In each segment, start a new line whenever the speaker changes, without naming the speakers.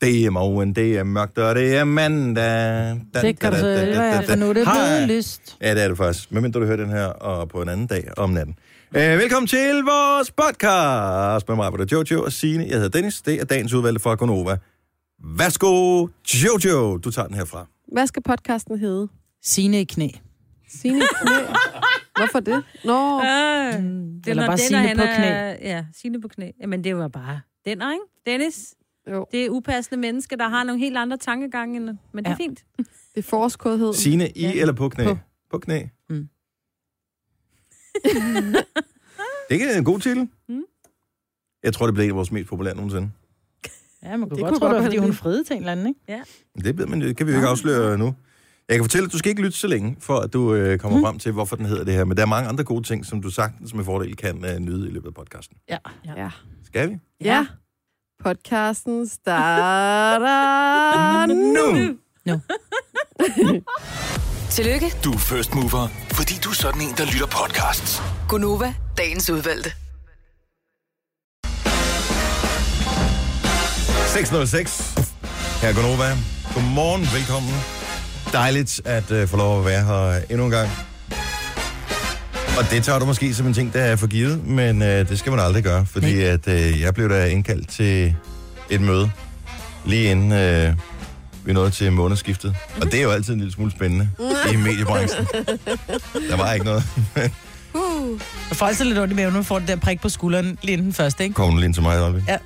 Det er morgen, det er mørkt, og det er mandag. Da,
Det kan
da, da,
du så
da, da,
i hvert
da,
fald, for nu er det
Hej.
blevet lyst.
Ja, det er det faktisk. Men mindre du hører den her og på en anden dag om natten. Øh, velkommen til vores podcast med mig, hvor der er Jojo og Signe. Jeg hedder Dennis. Det er dagens udvalgte fra Gonova. Værsgo, Jojo. Du tager den herfra.
Hvad skal podcasten hedde?
Sine i knæ.
Signe i knæ. Hvorfor det? Nå,
Øh, det
Mm, Eller
var
bare
den,
Signe
og han
på
er-
knæ.
Ja, Signe på knæ. Jamen, det var bare den, ikke? Dennis,
jo.
det er upassende menneske, der har nogle helt andre tankegange, end- men det er
Ja.
fint.
Det er forårskådhed.
Signe i
Ja.
eller på knæ? På,
På.
på knæ. Mm.
Mm.
det er en god titel.
Mm.
Jeg tror, det blev en af vores mest populære nogensinde.
Ja, man
Det
kunne det
kunne
godt tro, det var,
godt
fordi
være
hun
det.
friede til en eller anden, ikke?
Det ved man, det kan vi jo ikke afsløre nu. Jeg kan fortælle, at du skal ikke lytte så længe, for at du øh, kommer mm. frem til, hvorfor den hedder det her. Men der er mange andre gode ting, som du sagtens med fordel kan øh, nyde i løbet af podcasten.
Ja.
Ja.
Skal vi?
Ja. Podcasten starter
Nu!
Tillykke,
Du er first mover, fordi du er sådan en, der lytter podcasts.
Gunova, dagens udvalgte.
606. Her går Nova. Godmorgen, velkommen. Dejligt at øh, få lov at være her endnu en gang. Og det tager du måske som en ting, der er for givet, men øh, det skal man aldrig gøre, fordi at, øh, jeg blev da indkaldt til et møde, lige inden øh, vi nåede til månedsskiftet. Og det er jo altid en lille smule spændende i mediebranchen. Der var ikke noget.
Og folk er lidt ondt i maven, når man får det der prik på skulderen lige inden den første, ikke?
Kom nu lige ind til mig, Olvi.
Ja.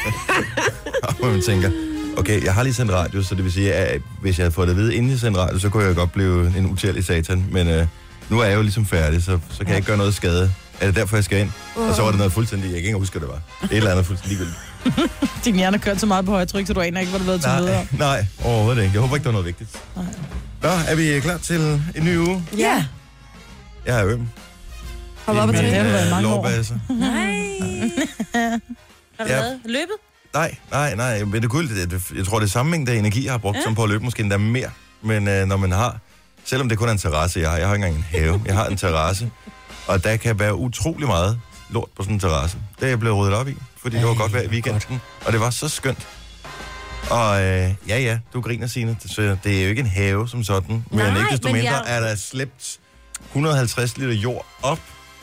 og man tænker, okay, jeg har lige sendt radio, så det vil sige, at hvis jeg havde fået det at vide, inden jeg sendte radio, så kunne jeg godt blive en utærlig satan. Men øh, nu er jeg jo ligesom færdig, så, så kan jeg ikke gøre noget skade. Er det derfor, jeg skal ind? Og så var det noget fuldstændig, jeg kan ikke engang huske, hvad det var. Et eller andet fuldstændig ligegyldigt.
Din hjerne har kørt så meget på højtryk, så du aner ikke, hvor du har været til møder.
Nej, nej, overhovedet ikke. Jeg håber ikke, det var noget vigtigt.
Nej.
Nå, er vi klar til en ny uge?
Ja.
Jeg er øm.
Hold op og
Det er
tænk.
min,
Det har du været i
øh,
mange år.
lårbase.
Nej. Har du
Ja.
været løbet?
Nej, nej, nej. Men det kunne, det, det, jeg tror, det er samme mængde af energi, jeg har brugt ja. som på at løbe. Måske endda mere. Men øh, når man har... Selvom det kun er en terrasse, jeg har. Jeg har ikke engang en have. Jeg har en terrasse. Og der kan være utrolig meget lort på sådan en terrasse. Det er jeg blevet ryddet op i. Fordi det var
Ej,
godt vejr i
hvor
weekenden. Og det var så skønt. Og øh, ja, ja, du griner, Signe. Så det er jo ikke en have som sådan. Men
Nej,
ikke desto
men
mindre
jeg-
er der slæbt 150 liter jord op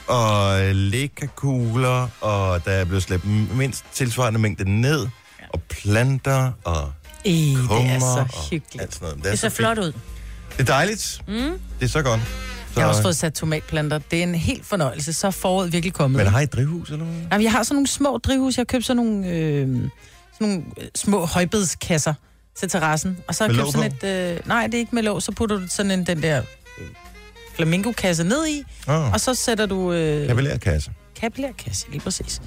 og øh, lækkakugler, og der er blevet slæbt m- mindst tilsvarende mængde ned, og planter og
Ej, det
kummer
er så
og alt
hyggeligt.
sådan noget.
Det ser flot ud.
Fint. Det er dejligt.
Mm.
Det er så godt. Så, øh,
Jeg har også fået sat tomatplanter. Det er en helt fornøjelse. Så er foråret virkelig kommet.
Men har I et drivhus eller hvad?
Jamen, jeg har sådan nogle små drivhus. Jeg har købt sådan nogle, øh, sådan nogle øh, små højbedskasser til terrassen. Og så har jeg
Med
købt
låg
sådan et... Øh, nej, det er ikke med låg. Så putter du sådan en, den der øh, flamingokasse ned i,
Åh,
og så sætter du... Øh,
kapillærkasse.
kapillærkasse, lige præcis.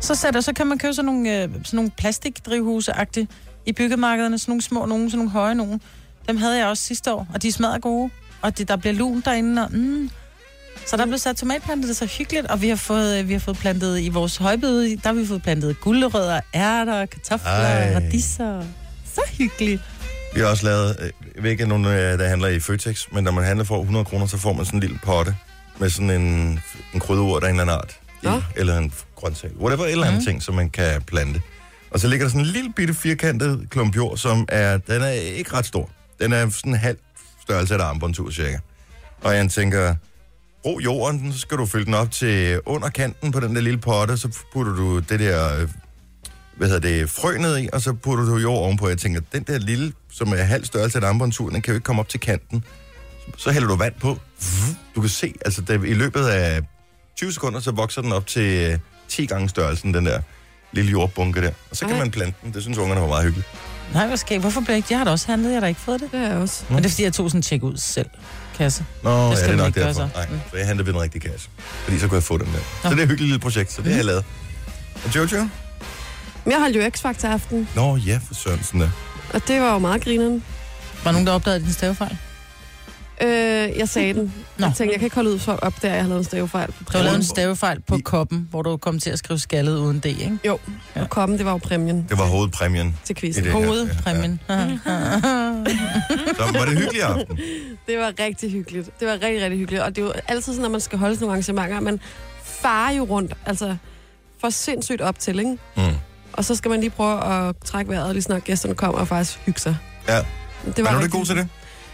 Så, sætter, så kan man købe sådan nogle, øh, sådan nogle plastikdrivhuse-agtige i byggemarkederne. Sådan nogle små nogen, sådan nogle høje nogen. Dem havde jeg også sidste år, og de smadrer gode. Og det, der bliver lun derinde, og mm. Så der blev sat tomatplanter, det er så hyggeligt, og vi har fået, øh, vi har fået plantet i vores højbede, der har vi fået plantet gulerødder, ærter, kartofler,
Ej.
Ej. radiser. Så hyggeligt.
Vi har også lavet, øh, jeg ved ikke, om nogen, øh, der handler i Føtex, men når man handler for 100 kroner, så får man sådan en lille potte med sådan en, en krydderurt af en eller anden art. I,
Nå.
eller en grøntsag. Whatever, et eller andet mm. ting, som man kan plante. Og så ligger der sådan en lille bitte firkantet klump jord, som er, den er ikke ret stor. Den er sådan en halv størrelse af et armbåndtur, cirka. Og jeg tænker, brug jorden, så skal du fylde den op til underkanten på den der lille potte, så putter du det der øh, hvad hedder det, frø ned i, og så putter du jord ovenpå. Jeg tænker, den der lille, som er halv størrelse af en armbåndtur, den kan jo ikke komme op til kanten. Så hælder du vand på. Du kan se, altså det, i løbet af 20 sekunder, så vokser den op til øh, 10 gange størrelsen, den der lille jordbunke der. Og så kan
Ej.
man plante den. Det synes ungerne var meget hyggeligt.
Nej, hvor skal jeg? Hvorfor bliver jeg ikke? Jeg har da også handlet, jeg har da ikke fået det.
Det er jeg også.
Men det er fordi, jeg tog sådan en check ud selv, kasse.
Nå, det
skal
ja, det er
man
nok
ikke gøre
derfor.
så.
Nej,
Mm.
for jeg handler ved den rigtige kasse. Fordi så kunne jeg få den der. Så
Nå. Mhm.
det er et hyggeligt lille projekt, så det har jeg lavet. Og Jojo?
Men jeg holdt jo X-Factor til aften,
Nå ja, for Sørensen der.
og det var jo meget grineren.
Var nogen, der opdagede din stavefejl?
Øh, jeg sagde den.
Nå.
Jeg tænkte, jeg kan ikke holde ud for at opdage, at jeg har lavet en stavefejl på
Du har lavet en
præmien.
stavefejl på koppen, hvor du kom til at skrive skaldet uden D, ikke?
Jo, og kommen, det var jo præmien
Det var hovedpræmien.
til
I
quizzen.
det. Ja, ja.
Hovedpræmien.
Så var det hyggelig aften.
Det var rigtig hyggeligt. Det var rigtig, rigtig hyggeligt. Og det er jo altid sådan, når man skal holde sådan nogle arrangementer, man farer jo rundt, altså for sindssygt op til, ikke?
Mm.
Og så skal man lige prøve at trække vejret, lige snart gæsterne kommer og faktisk hygge sig.
Ja.
Det
Det var er du
rigtig-
lidt god til det?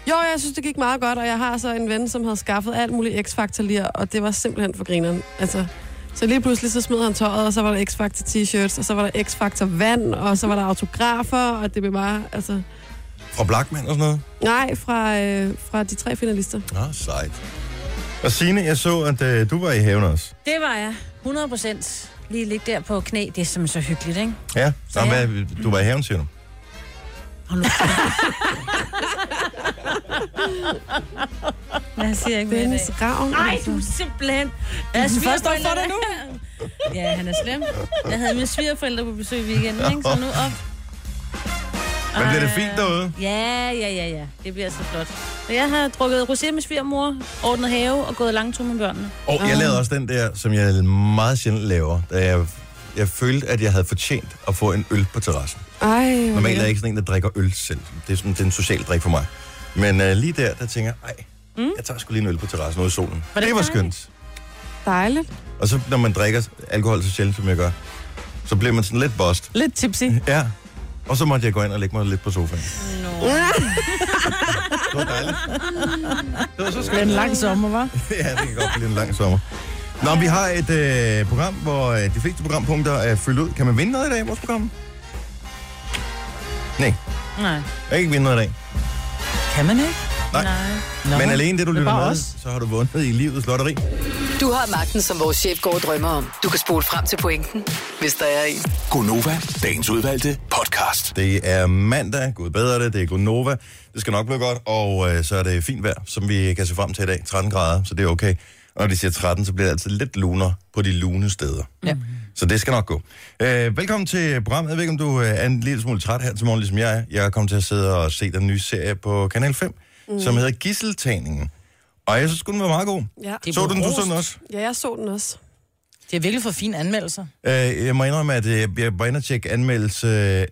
Jo, jeg synes, det gik meget godt, og jeg har så en ven, som havde skaffet alt muligt X-Factor lige, og det var simpelthen for grineren. Altså, så lige pludselig så smed han tøjet, og så var der X-Factor t-shirts, og så var der X-Factor vand, og så var der autografer, og det blev bare, altså...
Fra Blackman og sådan noget?
Nej, fra, øh, fra de tre finalister.
Ah, sejt. Og Signe, jeg så, at øh, du var i haven også.
Det var jeg. 100 procent. Lige ligge der på knæ. Det er simpelthen så hyggeligt, ikke?
Ja, Nå,
Ja.
hvad, du var i haven, siger du.
Hold nu. Jeg siger ikke mere i dag.
Dennis Ravn. altså.
Ej, du er simpelthen... Jeg
Altså, først op for det nu.
Ja, han er slem. Jeg havde mine svigerforældre på besøg i weekenden, ikke? Så nu op.
Men bliver det
Ej.
fint derude?
Ja, ja, ja, ja. Det bliver så flot. Og jeg har drukket rosé med svigermor, ordnet have og gået langtur med børnene.
Og
Ah.
jeg lavede også den der, som jeg meget sjældent laver, da jeg, jeg følte, at jeg havde fortjent at få en øl på terrassen.
Ej, hvor
Normalt er
lækkert.
jeg ikke sådan en, der drikker øl selv. Det er sådan det er en social drik for mig. Men øh, lige der, der tænker jeg, ej, mm. jeg tager sgu lige en øl på terrassen ude i solen.
Var det
det var
dejligt?
skønt.
Dejligt.
Og så når man drikker alkohol så sjældent, som jeg gør, så bliver man sådan lidt bust.
Lidt tipsy.
Ja. Og så måtte jeg gå ind og lægge mig lidt på sofaen. Det var dejligt. Det var så
Det er en
skønt.
lang sommer, var.
ja, det kan godt blive en lang sommer. Nå, vi har et øh, program, hvor øh, de fleste programpunkter er fyldt ud. Kan man vinde noget i dag i vores program? Nej,
Nej.
jeg kan ikke vinde noget i dag.
Kan man ikke?
Nej.
Nej.
Nå.
Men alene det, du lytter
bare
med,
os.
så har du vundet i livets lotteri.
Du har magten, som vores chef går og drømmer om. Du kan spole frem til pointen, hvis der er en.
Gonova, dagens udvalgte podcast.
Det er mandag, gud bedre det, det er Gunova. Det skal nok blive godt, og øh, så er det fint vejr, som vi kan se frem til i dag. 13 grader, så det er okay. Og når de siger 13, så bliver det altid lidt luner på de lune steder. Ja. Så det skal nok gå. Øh, velkommen til programmet. Jeg ved ikke, om du øh, er en lille smule træt her til morgen, ligesom jeg er. Jeg er kommet til at sidde og se den nye serie på Kanal 5, mm. som hedder Gisseltagningen. Og jeg synes, den var meget god.
Ja.
Det-
Så du den, du
rost.
så den også?
ja, jeg så den også.
Det har virkelig fået fine anmeldelser.
Øh, jeg må indrømme, at øh, jeg var inde og tjekke anmeldelse øh,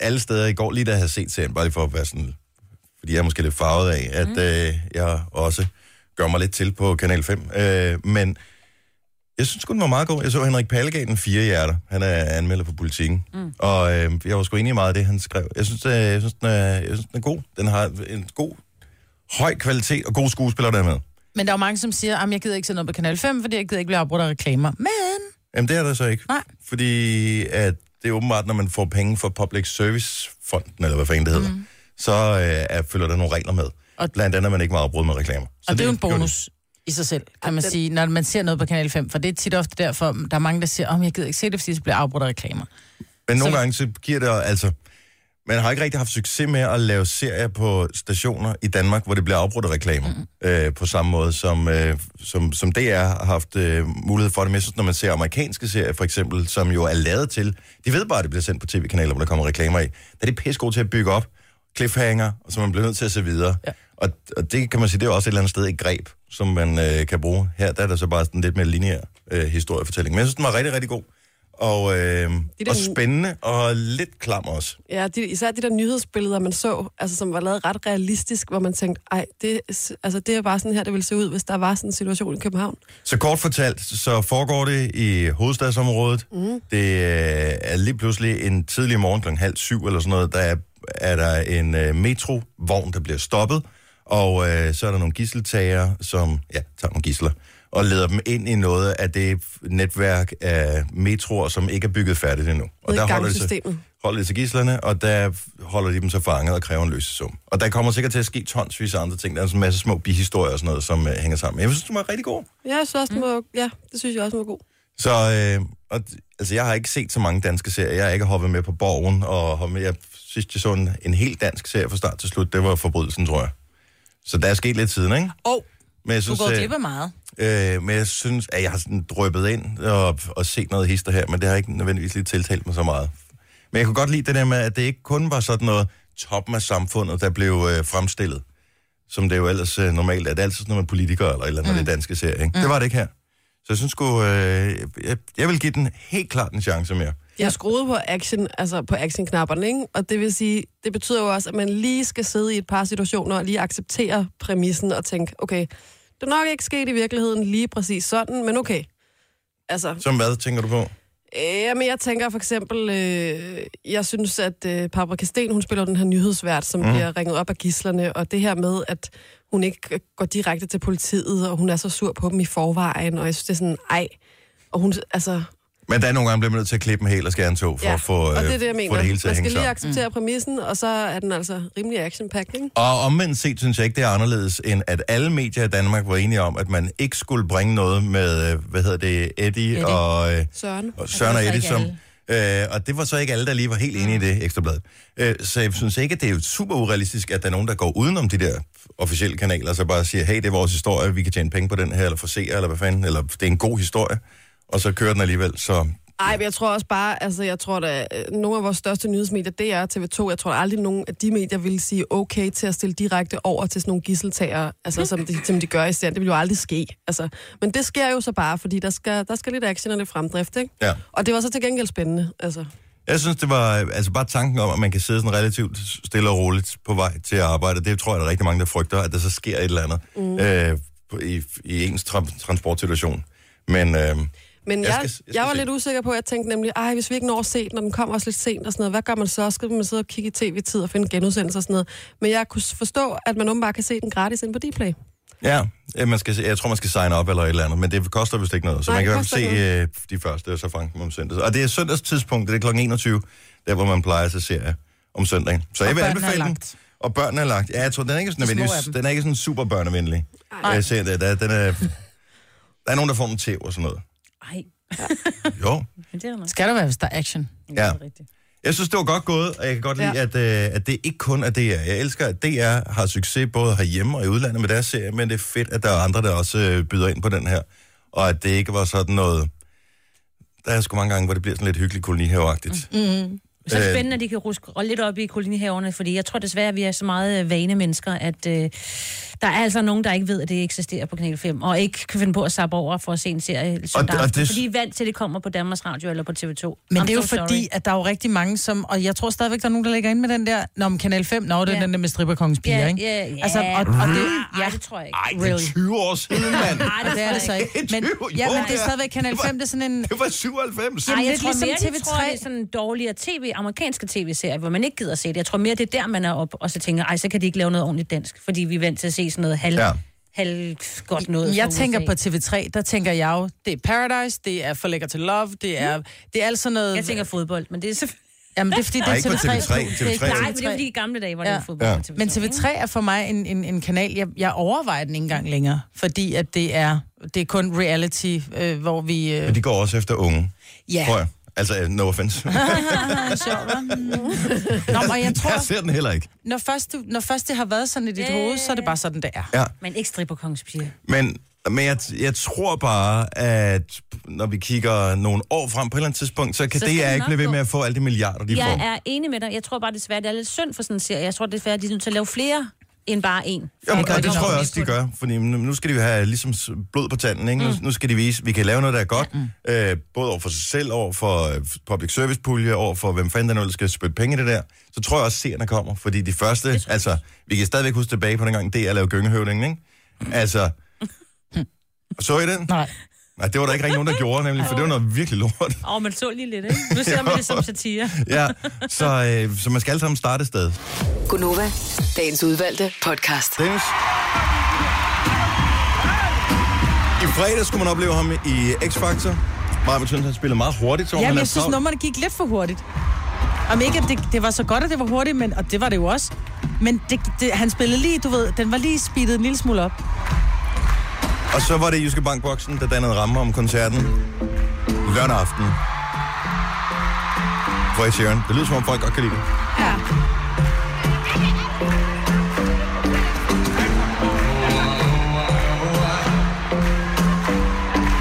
alle steder i går, lige da jeg havde set serien, bare lige for at være sådan, fordi jeg er måske lidt farvet af, at mm. øh, jeg også gør mig lidt til på Kanal 5. Øh, men jeg synes kun den var meget god. Jeg så Henrik Pallegaard, den fire hjerter. Han er anmelder på politikken. Mm. Og øh, jeg var sgu enig i meget af det, han skrev. Jeg synes, øh, jeg, synes, den er, jeg synes, den er god. Den har en god, høj kvalitet og gode skuespillere, der er med.
Men der er jo mange, som siger, at jeg gider ikke se noget på Kanal 5, fordi jeg gider ikke blive afbrudt af reklamer. Men
Jamen, det er der så ikke.
Nej.
Fordi at det er åbenbart, når man får penge fra Public Service-fonden, eller hvad fanden det hedder, mm. så øh, er- følger der nogle regler med. Og
Og-
Blandt andet, at man ikke må afbryde med reklamer. Så
Og det, det er jo en
gjorde
bonus i sig selv, kan man
den-
sige, når man ser noget på Kanal 5. For det er tit ofte derfor, der er mange, der siger, om oh, jeg gider ikke se det, fordi det bliver afbrudt af reklamer.
de. Men nogle
Så-
gange, så giver det altså... Man har ikke rigtig haft succes med at lave serier på stationer i Danmark, hvor det bliver afbrudt af reklamer. Mm. Øh, på samme måde, som, øh, som, som DR har haft øh, mulighed for det. Men jeg synes, når man ser amerikanske serier, for eksempel, som jo er lavet til... De ved bare, at det bliver sendt på tv-kanaler, hvor der kommer reklamer i. Der er de pisse gode til at bygge op cliffhanger, som man bliver nødt til at se videre. Ja. Og, og det kan man sige, det er jo også et eller andet sted et greb, som man øh, kan bruge. Her der er der så bare sådan lidt mere lineær øh, historiefortælling. Men jeg synes, den var rigtig, rigtig god. Og, øh,
Det
det
er
og
den-
spændende, og lidt klam også.
Ja, de, især de der nyhedsbilleder, man så, altså, som var lavet ret realistisk, hvor man tænkte, ej, det, altså, det er bare sådan her, det ville se ud, hvis der var sådan en situation i København.
Så kort fortalt, så foregår det i hovedstadsområdet. Mm. Det øh, er lige pludselig en tidlig morgen kl. halv syv eller sådan noget, der er, er der en øh, metrovogn, der bliver stoppet. Og øh, så er der nogle gisseltager, som ja, tager nogle gisler og leder dem ind i noget af det netværk af metroer, som ikke er bygget færdigt endnu. Og
Ned i
der holder de, så,
gangsystemet.
holder de til gislerne, og der holder de dem så fanget og kræver en løsesum. Og der kommer sikkert til at ske tonsvis af andre ting. Der er sådan en masse små bihistorier og sådan noget, som øh, hænger sammen. Men jeg synes, det var rigtig god.
Ja, jeg synes også,
Mm.
den var, ja, det synes jeg også den var god.
Så øh, og, d- altså, jeg har ikke set så mange danske serier. Jeg har ikke hoppet med på Borgen, og hoppet med, jeg sidst jeg så en, en helt dansk serie fra start til slut, det var Forbrydelsen, tror jeg. Så der er sket lidt siden, ikke?
Og
Men jeg
du
synes,
går
øh,
glip af meget.
øh, men jeg synes at jeg har sådan drøbet ind og, og set noget hister her, men det har ikke nødvendigvis lige tiltalt mig så meget. Men jeg kunne godt lide det der med, at det ikke kun var sådan noget toppen af samfundet, der blev øh, fremstillet, som det jo ellers øh, normalt er. Det er altid sådan noget med politikere eller et eller andet, mm. det danske serie, ikke? Mm. Det var det ikke her. Så jeg synes sgu, øh, jeg, jeg vil give den helt klart en chance mere.
De har skruet på action, altså på actionknapperne, ikke? Og det vil sige, det betyder jo også, at man lige skal sidde i et par situationer og lige acceptere præmissen og tænke, okay, det er nok ikke sket i virkeligheden lige præcis sådan, men okay. Altså,
Som hvad, tænker du på?
Øh, Jamen, jeg tænker for eksempel, øh, jeg synes, at øh, Barbara Kasten, hun spiller den her nyhedsvært, som
Mhm.
mm. bliver ringet op af gislerne, og det her med, at hun ikke går direkte til politiet, og hun er så sur på dem i forvejen, og jeg synes, det er sådan, ej. Og hun, altså,
Men der er nogle gange, bliver man nødt til at klippe en hel og skære en tog, for ja. at få,
og
øh,
det er det, jeg mener.
få det hele til at
Man
hænge
skal lige
sammen.
acceptere mm. præmissen, og så er den altså rimelig action ikke?
Og omvendt set synes jeg ikke, det er anderledes, end at alle medier i Danmark var enige om, at man ikke skulle bringe noget med, øh, hvad hedder det, Eddie, Eddie. og... Øh,
Søren.
og Søren og
det var
Eddie,
så
som...
ikke
Øh, og det var så ikke alle, der lige var helt enige i det ekstrablad. Øh, så jeg synes ikke, at det er jo super urealistisk, at der er nogen, der går udenom de der officielle kanaler, og så bare siger, hey, det er vores historie, vi kan tjene penge på den her, eller få seere, eller hvad fanden, eller det er en god historie, og så kører den alligevel. Så
Ej, men jeg tror også bare, altså jeg tror da, øh, nogle af vores største nyhedsmedier, det er TV2, jeg tror da aldrig nogen af de medier ville sige okay til at stille direkte over til sådan nogle gisseltagere, altså som de, som de gør i serien, det vil jo aldrig ske, altså. Men det sker jo så bare, fordi der skal, der skal lidt action og lidt fremdrift, ikke?
Ja.
Og det var så til gengæld spændende, altså.
jeg synes, det var øh, altså bare tanken om, at man kan sidde sådan relativt stille og roligt på vej til at arbejde. Det tror jeg, der er rigtig mange, der frygter, at der så sker et eller andet mm. øh, på- i, i ens tra- transportsituation. Men øh,
Men
Jeg
jeg,
skal- jeg
jeg, jeg,
skal
jeg var
se
lidt
den.
usikker på, jeg tænkte nemlig, ej, hvis vi ikke når at se den, og den kommer også lidt sent og sådan noget, hvad gør man så? Skal man sidde og kigge i tv-tid og finde genudsendelser og sådan noget? Men jeg kunne s- forstå, at man åbenbart kan se den gratis inde på Dplay.
Ja, øh, man skal, se- jeg tror, man skal signe op eller et eller andet, men det koster vist ikke noget. Så
Nej,
Nej, man kan i
det
hvert fald
koster
se øh, de første, og så Frank om søndag. Og det er søndagstidspunkt, det er kl. 21, der hvor man plejer at se serier om søndagen. Så jeg vil
børnene er
anbefale den.
lagt.
Og børnene er lagt. Ja, jeg tror, den er ikke sådan,
små af
nødvendigvis-
dem.
den er ikke sådan super børnevenlig. Jeg ser det, der, den er, der er nogen, der får en tæv og sådan noget.
Ej,
Jo.
men det er nok.
Skal der være, hvis der er action?
Ja.
Ja. Det er rigtigt.
Jeg synes, det var godt gået, og jeg kan godt lide,
Ja.
ja. at, øh, at det ikke kun er DR. Jeg elsker, at DR har succes både herhjemme og i udlandet med deres serie, men det er fedt, at der er andre, der også øh, byder ind på den her. Og at det ikke var sådan noget... Der er sgu mange gange, hvor det bliver sådan lidt hyggeligt kolonihaveagtigt. Mm.
Mm-hmm. Så er det
Øh.
spændende, at de kan ruske lidt op i kolonihaverne, fordi jeg tror desværre, at vi er så meget øh, vane mennesker, at øh, der er altså nogen, der ikke ved, at det eksisterer på Kanal 5, og ikke kan finde på at sappe over for at se en serie søndag
og
aften,
det-
fordi I er vant til, at det kommer på Danmarks Radio eller på TV2.
Men
I'm
I'm det er jo
so
fordi,
sorry.
at der er jo rigtig mange, som... Og jeg tror stadigvæk, der er nogen, der ligger ind med den der... Nå, men Kanal 5, nå, det er
Ja.
den der med stripperkongens piger,
Ja,
ikke?
ja, ja.
Altså, og, og det,
Ja,
ja,
det tror jeg Ah, ikke.
Ej, det er 20 år siden, mand!
Nej,
det er det så ikke. Men, ja, men det er stadigvæk Kanal 5, det er sådan en...
Det var 97!
Ej, jeg
lidt
tror
ligesom
mere, de tror,
TV3.
det er sådan en dårligere tv, amerikanske tv-serie, hvor man ikke gider se det. Jeg tror mere, det er der, man er op og så tænker, ej, så kan de ikke lave noget ordentligt dansk, fordi vi er vant til at se sådan noget halv,
Ja.
ja. halv godt noget.
Jeg
fra
tænker
USA.
på TV3, der tænker jeg jo, det er Paradise, det er For Lækker til Love, det er, det er alt sådan noget...
Mm. Jeg tænker fodbold, men det er selvfølgelig...
jamen, det er fordi, det
Nej,
er
ikke på
TV3.
TV3.
Det er ikke
Nej,
Nej, men det er fordi i gamle dage, hvor det
Ja.
var fodbold
Ja.
på TV3.
Men TV3 er for mig en, en, en kanal, jeg, jeg overvejer den ikke engang længere, fordi at det er, det er kun reality, øh, hvor vi... Øh,
Men de går også efter unge,
ja,
tror jeg. Altså, no offense.
det er sjovt, hva'? Nå, men jeg
jeg
tror,
ser den heller ikke.
når først, du, når først det har været sådan i dit
Yeah.
hoved, så er det bare sådan, det er.
Ja.
Men ikke stripper kongens piger.
Men, men jeg, jeg tror bare, at når vi kigger nogle år frem på et eller andet tidspunkt, så kan
Så
det
skal
jeg
det
ikke
nok
blive ved
gå.
med at få alle de milliarder, de får.
Jeg er enig med dig. Jeg tror bare desværre, det er lidt synd for sådan en serie. Jeg tror desværre, de er nødt til at lave flere end bare en.
Jamen,
gør
og
de
det
nok.
tror jeg også, de gør, fordi nu nu skal de jo have ligesom s- blod på tanden, ikke? Mm. Nu skal de vise, at vi kan lave noget, der er godt, mm. øh, både over for sig selv, over for øh, public service pulje, over for hvem fanden der nu ellers skal spytte penge i det der. Så tror jeg også, seerne kommer, fordi de første, altså, vi kan stadigvæk huske tilbage på den gang, det er at lave gyngehøvdingen, ikke? Altså, så I den?
Nej.
Nej, det var der ikke rigtig nogen, der gjorde, nemlig, for det var noget virkelig lort.
Åh, oh, man så lige lidt, ikke? Nu ser man det som satire.
Ja, så, øh, så man skal alle sammen starte et sted.
Gunova, dagens udvalgte podcast.
Dennis. I fredags skulle man opleve ham i X-Factor. Marvin synes, han spillede meget hurtigt, så
Ja,
han
men
er
jeg synes,
travlt.
nummerne gik lidt for hurtigt. Om ikke, at det, det var så godt, at det var hurtigt, men, og det var det jo også. Men det, det, han spillede lige, du ved, den var lige speedet en lille smule op.
Og så var det Jyske Bankboksen, der dannede rammer om koncerten. Lørdag aften. For Ed Sheeran. Det lyder som om folk godt kan lide det.
Ja.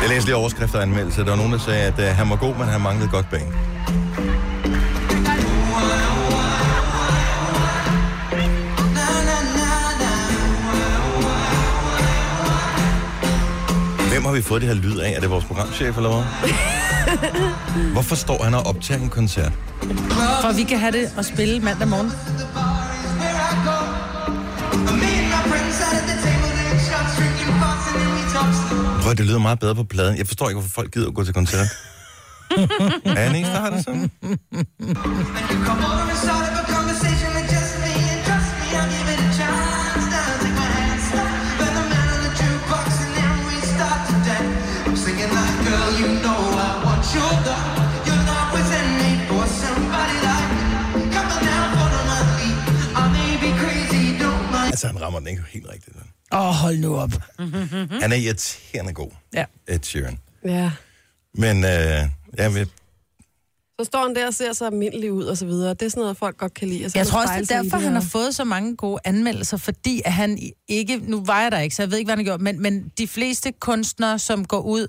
Jeg læste lige overskrifter og anmeldelser. Der var nogen, der sagde, at øh, han var god, men han manglede godt bane. Hvem har vi fået det her lyd af? Er det vores programchef eller hvad? Hvorfor står han og optager en koncert?
For vi kan have det og spille mandag morgen.
Prøv, det lyder meget bedre på pladen. Jeg forstår ikke, hvorfor folk gider at gå til koncert. er han eneste, der har det sådan? Altså, han rammer den ikke helt rigtigt. men
Åh, oh, hold nu op.
Han er irriterende god,
Ja.
Ed Sheeran.
Ja.
Men øh, ja, vi,
Så står han der og ser så almindelig ud og så videre. Det er sådan noget, folk godt kan lide. Og så
Jeg
kan
tror
man
også, det
spejle sig
er
i
derfor,
det
han har
her.
fået så mange gode anmeldelser, fordi at han i- ikke, nu vejer der ikke, så jeg ved ikke, hvad han gjorde, men, men de fleste kunstnere, som går ud,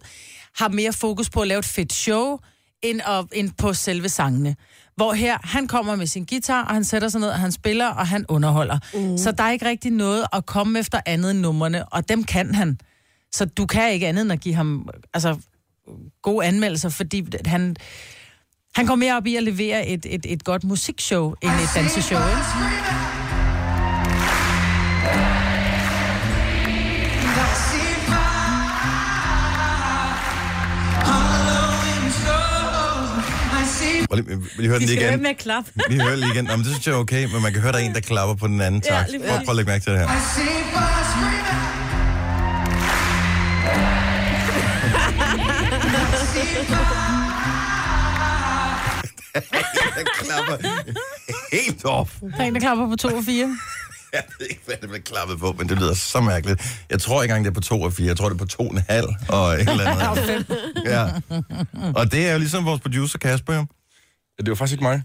har mere fokus på at lave et fedt show, end, at, end på selve sangene. Hvor her, han kommer med sin guitar, og han sætter sig ned, og han spiller, og han underholder. Mm. Så der er ikke rigtig noget at komme efter andet end numrene, og dem kan han. Så du kan ikke andet end at give ham altså, gode anmeldelser, fordi han, han går mere op i at levere et, et, et godt musikshow, end et danseshow, ikke?
prøv lige- vi, vi hører den
Vi skal
lige
være
igen.
med at klappe.
Vi hører den lige igen. Nå, men det synes jeg er okay, men man kan høre, der er en, der klapper på den anden
Ja,
takt.
lige
Prøv, prøv at lægge mærke til det her. Den klapper helt op.
Der er en, der klapper på 2 og 4.
Jeg ved ikke, hvad det bliver klappet på, men det lyder så mærkeligt. Jeg tror ikke engang, det er på 2 og 4. Jeg tror, det er på 2,5 og et eller andet. ja. Og det er jo ligesom vores producer, Kasper. jo.
Det var faktisk ikke mig.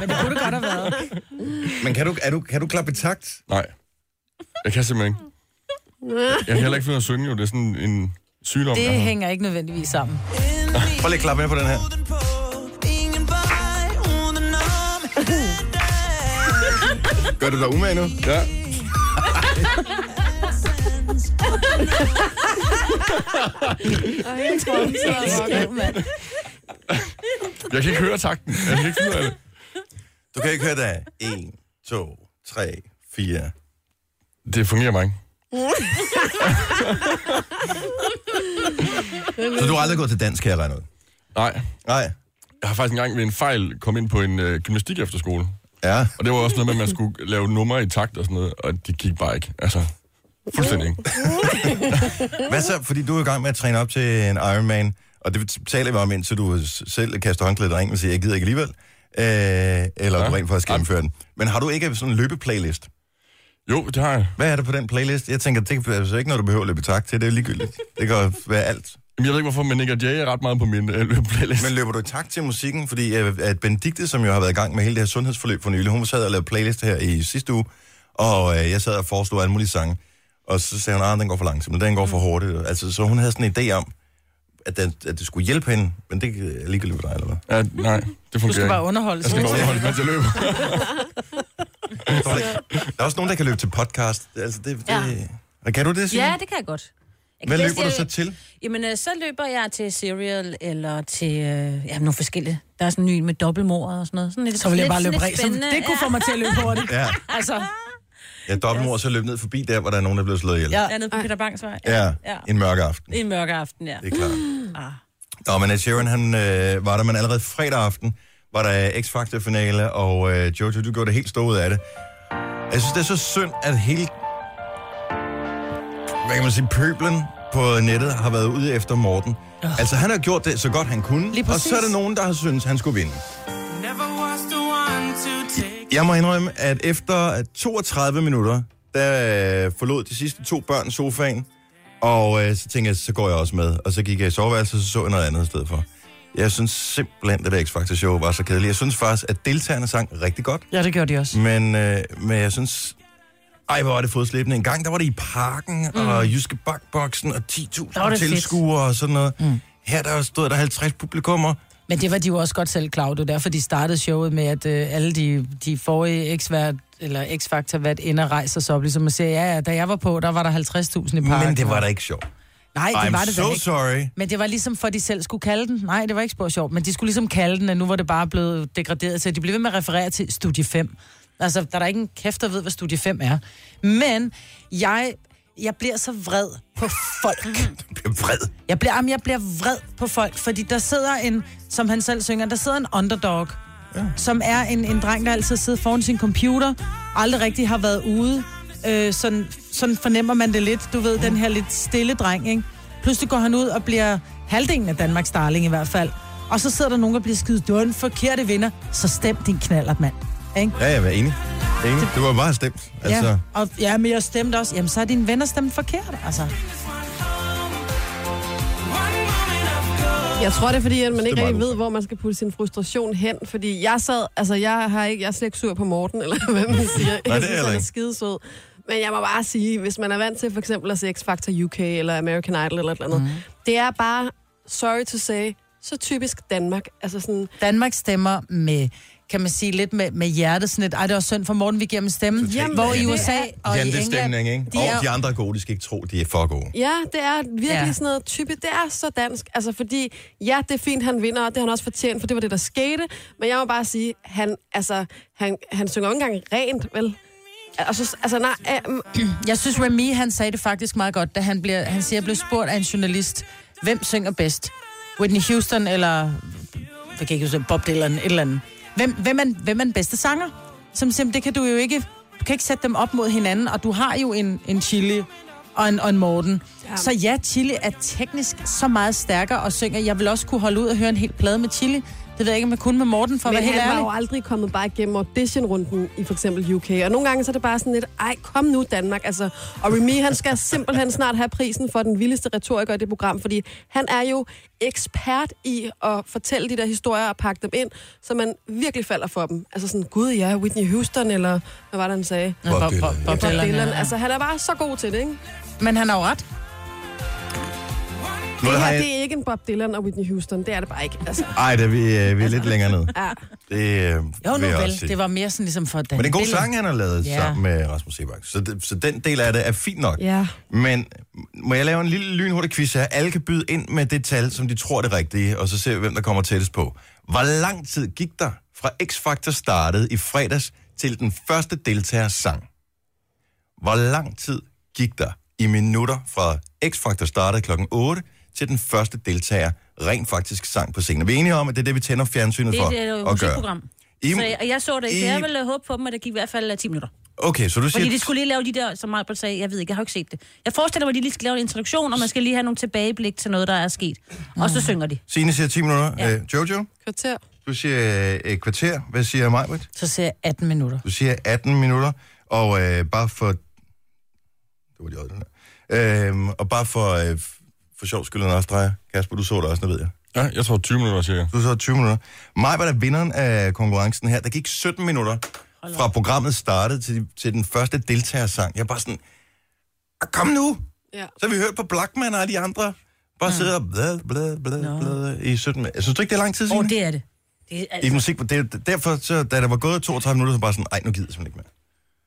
Men det kunne det godt have været.
Men kan du, er du, kan du klappe i takt?
Nej. Jeg kan simpelthen ikke. Jeg kan heller ikke finde ud af at synge, jo. Det er sådan en sygdom. jeg
Det
har.
hænger ikke nødvendigvis sammen.
Prøv lige at klappe med på den her.
Uh.
Gør du dig umage nu?
Ja. Jeg kan ikke høre takten. Jeg kan ikke finde ud af det.
Du kan ikke høre det. 1, 2, 3, 4.
Det fungerer mig ikke.
Så du har aldrig gået til dans, kan jeg regne ud?
Nej.
Nej.
Jeg har faktisk engang ved en fejl kommet ind på en øh, gymnastik efterskole.
Ja.
Og det var også noget med, at man skulle lave numre i takt og sådan noget, og det gik bare ikke. Altså, fuldstændig ikke.
Hvad så? Fordi du er i gang med at træne op til en Ironman, og det taler vi om, indtil du s- selv kaster håndklædet i ringen og siger, jeg gider ikke alligevel. Øh, eller ja.
Ja.
du rent faktisk gennemfører den. Men har du ikke sådan en løbeplaylist?
Jo, det har jeg.
Hvad er der på den playlist? Jeg tænker, det er altså ikke noget, du behøver at løbe i takt til. Det er ligegyldigt. Det kan være alt.
Jamen, jeg ved ikke, hvorfor, men Nick og Jay er ret meget på min øh, løbeplaylist.
Men løber du i takt til musikken? Fordi øh, at Benedikte, som jo har været i gang med hele det her sundhedsforløb for nylig, hun sad og lavede playlist her i sidste uge, og øh, jeg sad og foreslog alle mulige sange. Og så sagde hun, at den går for langsomt, eller den går
Mm.
for hurtigt. Altså, så hun havde sådan en idé om, at, den, at det skulle hjælpe hende, men det øh, er ligegyldigt for dig, eller hvad?
Ja, nej, det fungerer
Du skal bare
ikke.
underholde.
Jeg skal bare underholde, mens jeg løber.
Der er også nogen, der kan løbe til podcast. Altså, det, det,
Ja.
Og Kan du det, Signe?
Ja, det kan jeg godt. Jeg kan
Hvad
bedst-
løber du
jeg-
så til?
Jamen, øh, så løber jeg til Serial eller til øh, ja, nogle forskellige. Der er sådan en ny med dobbeltmord og sådan noget. Sådan lidt,
Så vil jeg
lidt-
bare løbe
sådan lidt
ræs.
spændende.
Det kunne få mig til at løbe hurtigt.
Ja,
Altså,
jeg dobbeltmord, så løb ned forbi der, hvor der er nogen, der blev slået ihjel.
Ja, jeg er nede på Peter Bangs vej.
ja.
ja.
en mørk aften.
En mørk aften, ja. Ah.
Det er klart. Nå, men Ed Sheeran, han øh, var der, men allerede fredag aften var der X-Factor-finale, og øh, Jojo, du gjorde det helt store ud af det. Jeg synes, det er så synd, at hele, hvad kan man sige, pøblen på nettet har været ude efter Morten. Altså, han har gjort det så godt, han kunne,
Lige
og så er der
præcis.
nogen, der har syntes, han skulle vinde. Jeg må indrømme, at efter 32 minutter, der øh, forlod de sidste to børn sofaen, og øh, så tænkte jeg, så går jeg også med. Og så gik jeg i soveværelset, og så så jeg noget andet i stedet for. Jeg synes simpelthen, det der X-Factor Show var så kedeligt. Jeg synes faktisk, at deltagerne sang rigtig godt,
ja, det gjorde de også.
men, øh, men jeg synes... Ej, hvor var det fodslæbende. En gang, der var det i parken, mm. og Jyske Bakboksen, og
Der var
10.000
det fedt.
tilskuere og sådan noget. Mm. Her der stod der 50 publikummer.
Men det var de jo også godt selv, Claudio. Derfor de startede showet med, at øh, alle de, de forrige X-vært eller X-Factor vært ender og rejser sig op, ligesom at sige, ja, ja, da jeg var på, der var der 50.000 i parken.
Men det var da ikke sjovt.
Nej, det var
I'm
det da
so
ikke.
sorry.
Men det var ligesom for, at de selv skulle kalde den. Nej, det var ikke spor sjovt, men de skulle ligesom kalde den, at nu var det bare blevet degraderet til. De blev ved med at referere til Studie 5. Altså, der er der ikke en kæft, der ved, hvad Studie 5 er. Men jeg, jeg bliver så vred på folk.
Du bliver vred.
Jeg bliver, jamen, jeg bliver vred på folk, fordi der sidder en, som han selv synger, der sidder en underdog, ja. som er en, en dreng, der altid sidder foran sin computer, aldrig rigtig har været ude. Øh, sådan, sådan fornemmer man det lidt, du ved, den her lidt stille dreng, ikke? Pludselig går han ud og bliver halvdelen af Danmarks darling i hvert fald. Og så sidder der nogen, der bliver skidt døren forkerte vinder, så stem din knallert, mand. Ikke?
Ja, jeg er enig. enig. Det var meget stemt. Altså,
Ja, og, ja, men jeg stemte også. Jamen, så er dine venner stemt forkert, altså.
Jeg tror, det er fordi, at man
Det
ikke
er
rigtig
meget
ved, hvor man skal putte sin frustration hen. Fordi jeg sad, altså jeg, har ikke, jeg er slet ikke sur på Morten, eller hvad man siger.
er
jeg
jeg
synes,
heller
han er
ikke.
skidesød. Men jeg må bare sige, hvis man er vant til for eksempel at se X-Factor UK eller American Idol eller et eller andet, mm. det er bare, sorry to say, så typisk Danmark. Altså sådan,
Danmark stemmer med kan man sige lidt med, med hjertet sådan lidt, ej det var synd for Morten, vi giver dem stemmen,
Totalt.
hvor i
Jamen,
USA
det
og i England,
Jantestemning, ikke?
de
og
er,
de andre er gode, de skal ikke tro, de er for gode.
ja, det er virkelig
Ja.
ja. sådan noget type, det er så dansk. Altså fordi, ja, det er fint, han vinder, og det har han også fortjent, for det var det, der skete. Men jeg må bare sige, han, altså, han, han synger jo ikke engang rent, vel? Altså, altså nej, øh,
jeg synes Remy, han sagde det faktisk meget godt, da han, bliver, han siger, jeg blev spurgt af en journalist, hvem synger bedst? Whitney Houston eller jeg kan ikke huske, Bob Dylan, et eller andet. Hvem, hvem, er, hvem er den bedste sanger? Som simpelthen, det kan du jo ikke, du kan ikke sætte dem op mod hinanden, og du har jo en, en Chili og en, og en Morten. Ja. Så ja, Chili er teknisk så meget stærkere og synger. Jeg vil også kunne holde ud og høre en hel plade med Chili. Det ved jeg ikke, om jeg kunne med Morten, for at
Men
være
han
helt
var
ærlig.
jo aldrig kommet bare igennem auditionrunden i for eksempel UK. Og nogle gange så er det bare sådan lidt, ej, kom nu Danmark. Altså, og Remy, han skal simpelthen snart have prisen for den vildeste retoriker i det program, fordi han er jo ekspert i at fortælle de der historier og pakke dem ind, så man virkelig falder for dem. Altså sådan, gud ja, Whitney Houston, eller hvad var det, han sagde?
Ja,
Bob
Bob,
Dylan,
Bob,
ja.
Bob
Bob
Dylan,
Dylan.
ja.
Altså, han er bare så god til det, ikke?
Men han har jo ret.
Nu
Det
har
her,
jeg...
det er ikke en Bob Dylan og Whitney Houston. Det er det bare ikke. Altså,
Ej, det er vi, øh, vi er lidt længere ned.
ja.
Det øh,
Altså, Jo, nu
vil jeg også
vel.
sige.
Det var mere sådan ligesom for
Men
Dan.
det er en god
Billund.
sang, han har lavet
Ja.
ja. sammen med Rasmus Sebak. Så, det, så den del af det er fint nok.
Ja.
Men må jeg lave en lille lynhurtig quiz her? Alle kan byde ind med det tal, som de tror er det rigtige, og så ser vi, hvem der kommer tættest på. Hvor lang tid gik der fra X-Factor startede i fredags til den første deltagers sang? Hvor lang tid gik der i minutter fra X-Factor startede klokken 8 til den første deltager rent faktisk sang på scenen? Er vi enige om, at det er det, vi tænder fjernsynet
Det
for
er det er jo et
at gøre?
musikprogram.
I,
Så jeg, og jeg så det ikke,
I-
så jeg ville håbe på dem, at det gik i hvert fald øh, 10 minutter.
okay, så du siger...
Fordi de skulle lige lave de der, som Marbert sagde, jeg ved ikke, jeg har jo ikke set det. Jeg forestiller mig, at de lige skal lave en introduktion, og man skal lige have nogle tilbageblik til noget, der er sket. Og så synger de.
Signe siger 10 minutter. Ja.
Ja.
Øh, Jojo,
Mm. Kvarter.
du siger øh, et kvarter. Hvad siger Majbrit?
Så ser jeg 18 minutter.
Du siger 18 minutter. Og øh, bare for... Det var de øjne, der. Øhm, og bare for, øh, for sjov skyld en også drejer. Kasper, du så det også, nu ved jeg.
Ja, jeg tror 20 minutter cirka.
Du så 20 minutter. Majbert er vinderen af konkurrencen her. Der gik 17 minutter fra programmet startede til, til den første deltagersang. Jeg er bare sådan, "Ah, kom nu!
Ja.
Så har vi hørt på Blackman og alle de andre.
Mm.
Bare sidder og blad, blad, blad, blad i 17 minutter. Synes du ikke, det er lang tid
Åh,
siden?
oh, det er det. det er,
I
altså,
musik, det, er- derfor, så, da der var gået 32 minutter, så bare sådan, ej, nu gider jeg simpelthen ikke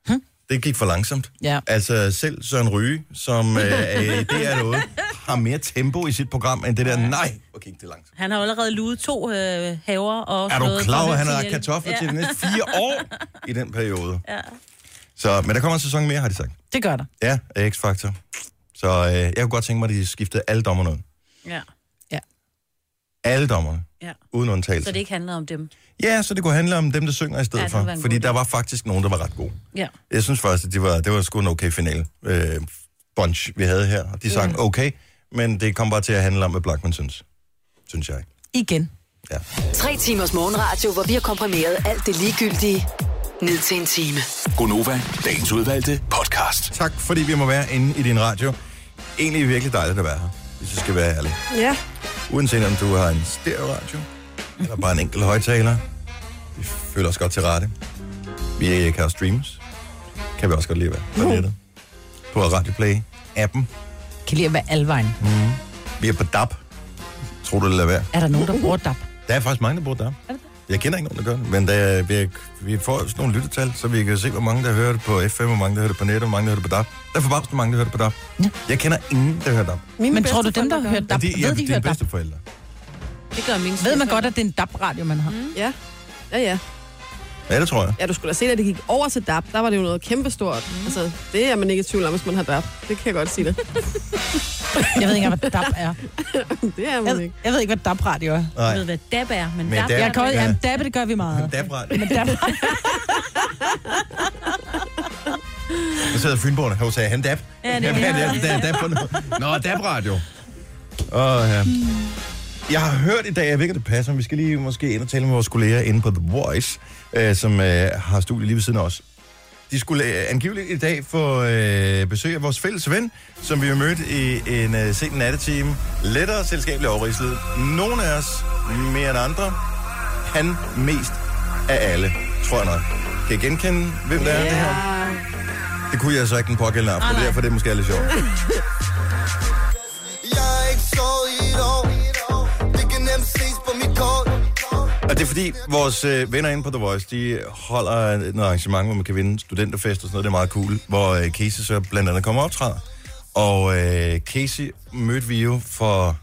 mere.
Hm?
Det gik for langsomt.
Ja.
Altså selv Søren Ryge, som øh, er i DR8, har mere tempo i sit program, end det der, nej, hvor gik det langsomt.
han har jo allerede luet to øh, haver. Og
Er
sådan
du
noget
klar
for
over, at han
at
har
hjælpe?
kartofler til de næste fire år i den periode? Ja. Så, men der kommer en sæson mere, har de sagt.
Det gør der.
Ja, af X-Factor. Så øh, jeg kunne godt tænke mig, at de skiftede alle dommerne ud.
Ja,
Alle dommerne,
ja.
uden undtagelse.
Så det ikke handler om dem.
Ja, så det kunne handle om dem, der synger i stedet
Ja, det
ja,
kunne
for.
være en
Fordi
god
der
idé.
var faktisk nogen, der var ret gode.
Ja.
Jeg synes faktisk, at det var, det var sgu en okay final øh, bunch, vi havde her. Og de sang okay, men det kom bare til at handle om, hvad Blackman synes. Synes jeg.
Igen.
Ja.
Tre timers morgenradio, hvor vi har komprimeret alt det ligegyldige ned til en time.
Gonova, dagens udvalgte podcast.
Tak, fordi vi må være inde i din radio. Egentlig virkelig dejligt at være her, hvis jeg skal være ærlig.
Ja.
Uanset om du har en stereoradio, eller bare en enkelt højtaler. Vi føler os godt til rette. Vi øh, kan have streams. Kan vi også godt lide at være på nettet. På Radio Play-appen.
Kan lige være alvejen.
Mm. Vi er på DAB. Tror du, det lader være?
Er der nogen, der bruger DAP?
Der er faktisk mange, der bruger DAB. Jeg kender ikke nogen, der gør det, men der, vi, vi får sådan nogle lyttetal, så vi kan se, hvor mange, der hører det på FM, hvor mange, der hører det på nettet, hvor mange, der hører det på DAB. Der er forbavsende mange, der hører det på DAB.
Ja.
Jeg kender ingen, der hører DAB.
Mine
Men tror du, dem,
bedsteforældre
der
gør
hører
det.
DAB,
de, ja,
ved de
dine
hører DAB?
bedsteforældre.
Det gør min
Ved man godt, at det er en DAB-radio, man har? Mm.
Ja. Ja, ja.
Ja, det tror jeg.
Ja, du skulle da se, da det gik over til DAP, der var det jo noget kæmpestort. Mm. Altså, det er man ikke i tvivl om, hvis man har DAP. Det kan jeg godt sige det.
Jeg ved ikke engang, hvad DAP er.
det er man
Jeg,
ikke.
jeg ved ikke, hvad DAP-radio er.
Jeg
Nej.
ved, hvad dab er, men,
Men
dab,
dab-
er
Jeg kan,
noget-
ja. Jamen, DAP, det gør vi meget.
Dabrat.
Men DAP,
Nu sidder Fynboerne her og sagde, han dab.
Ja, det er
Jamen,
det.
han dab, dab på noget. Nå, dab radio. Åh, ja. Jeg har hørt i dag, jeg ved ikke, om det passer, men vi skal lige måske ind og tale med vores kolleger inde på The Voice, øh, som øh, har studiet lige ved siden af os. De skulle øh, angiveligt i dag få øh, besøg af vores fælles ven, som vi jo mødte i en øh, sen nattetime. Lettere selskabelig overrislet. Nogle af os mere end andre. Han mest af alle, tror jeg nok. Kan I genkende, hvem der er det her? Det kunne jeg så ikke den pågældende aften, ah, derfor er det måske er lidt sjovt.
Jeg har ikke sovet i et år Det kan nemt ses på mit kort
Og det er fordi, vores øh, venner inde på The Voice, de holder noget arrangement, hvor man kan vinde studenterfest og sådan noget, det er meget cool, hvor øh, Casey så blandt andet kommer og optræder. Og øh, Casey mødte vi jo for...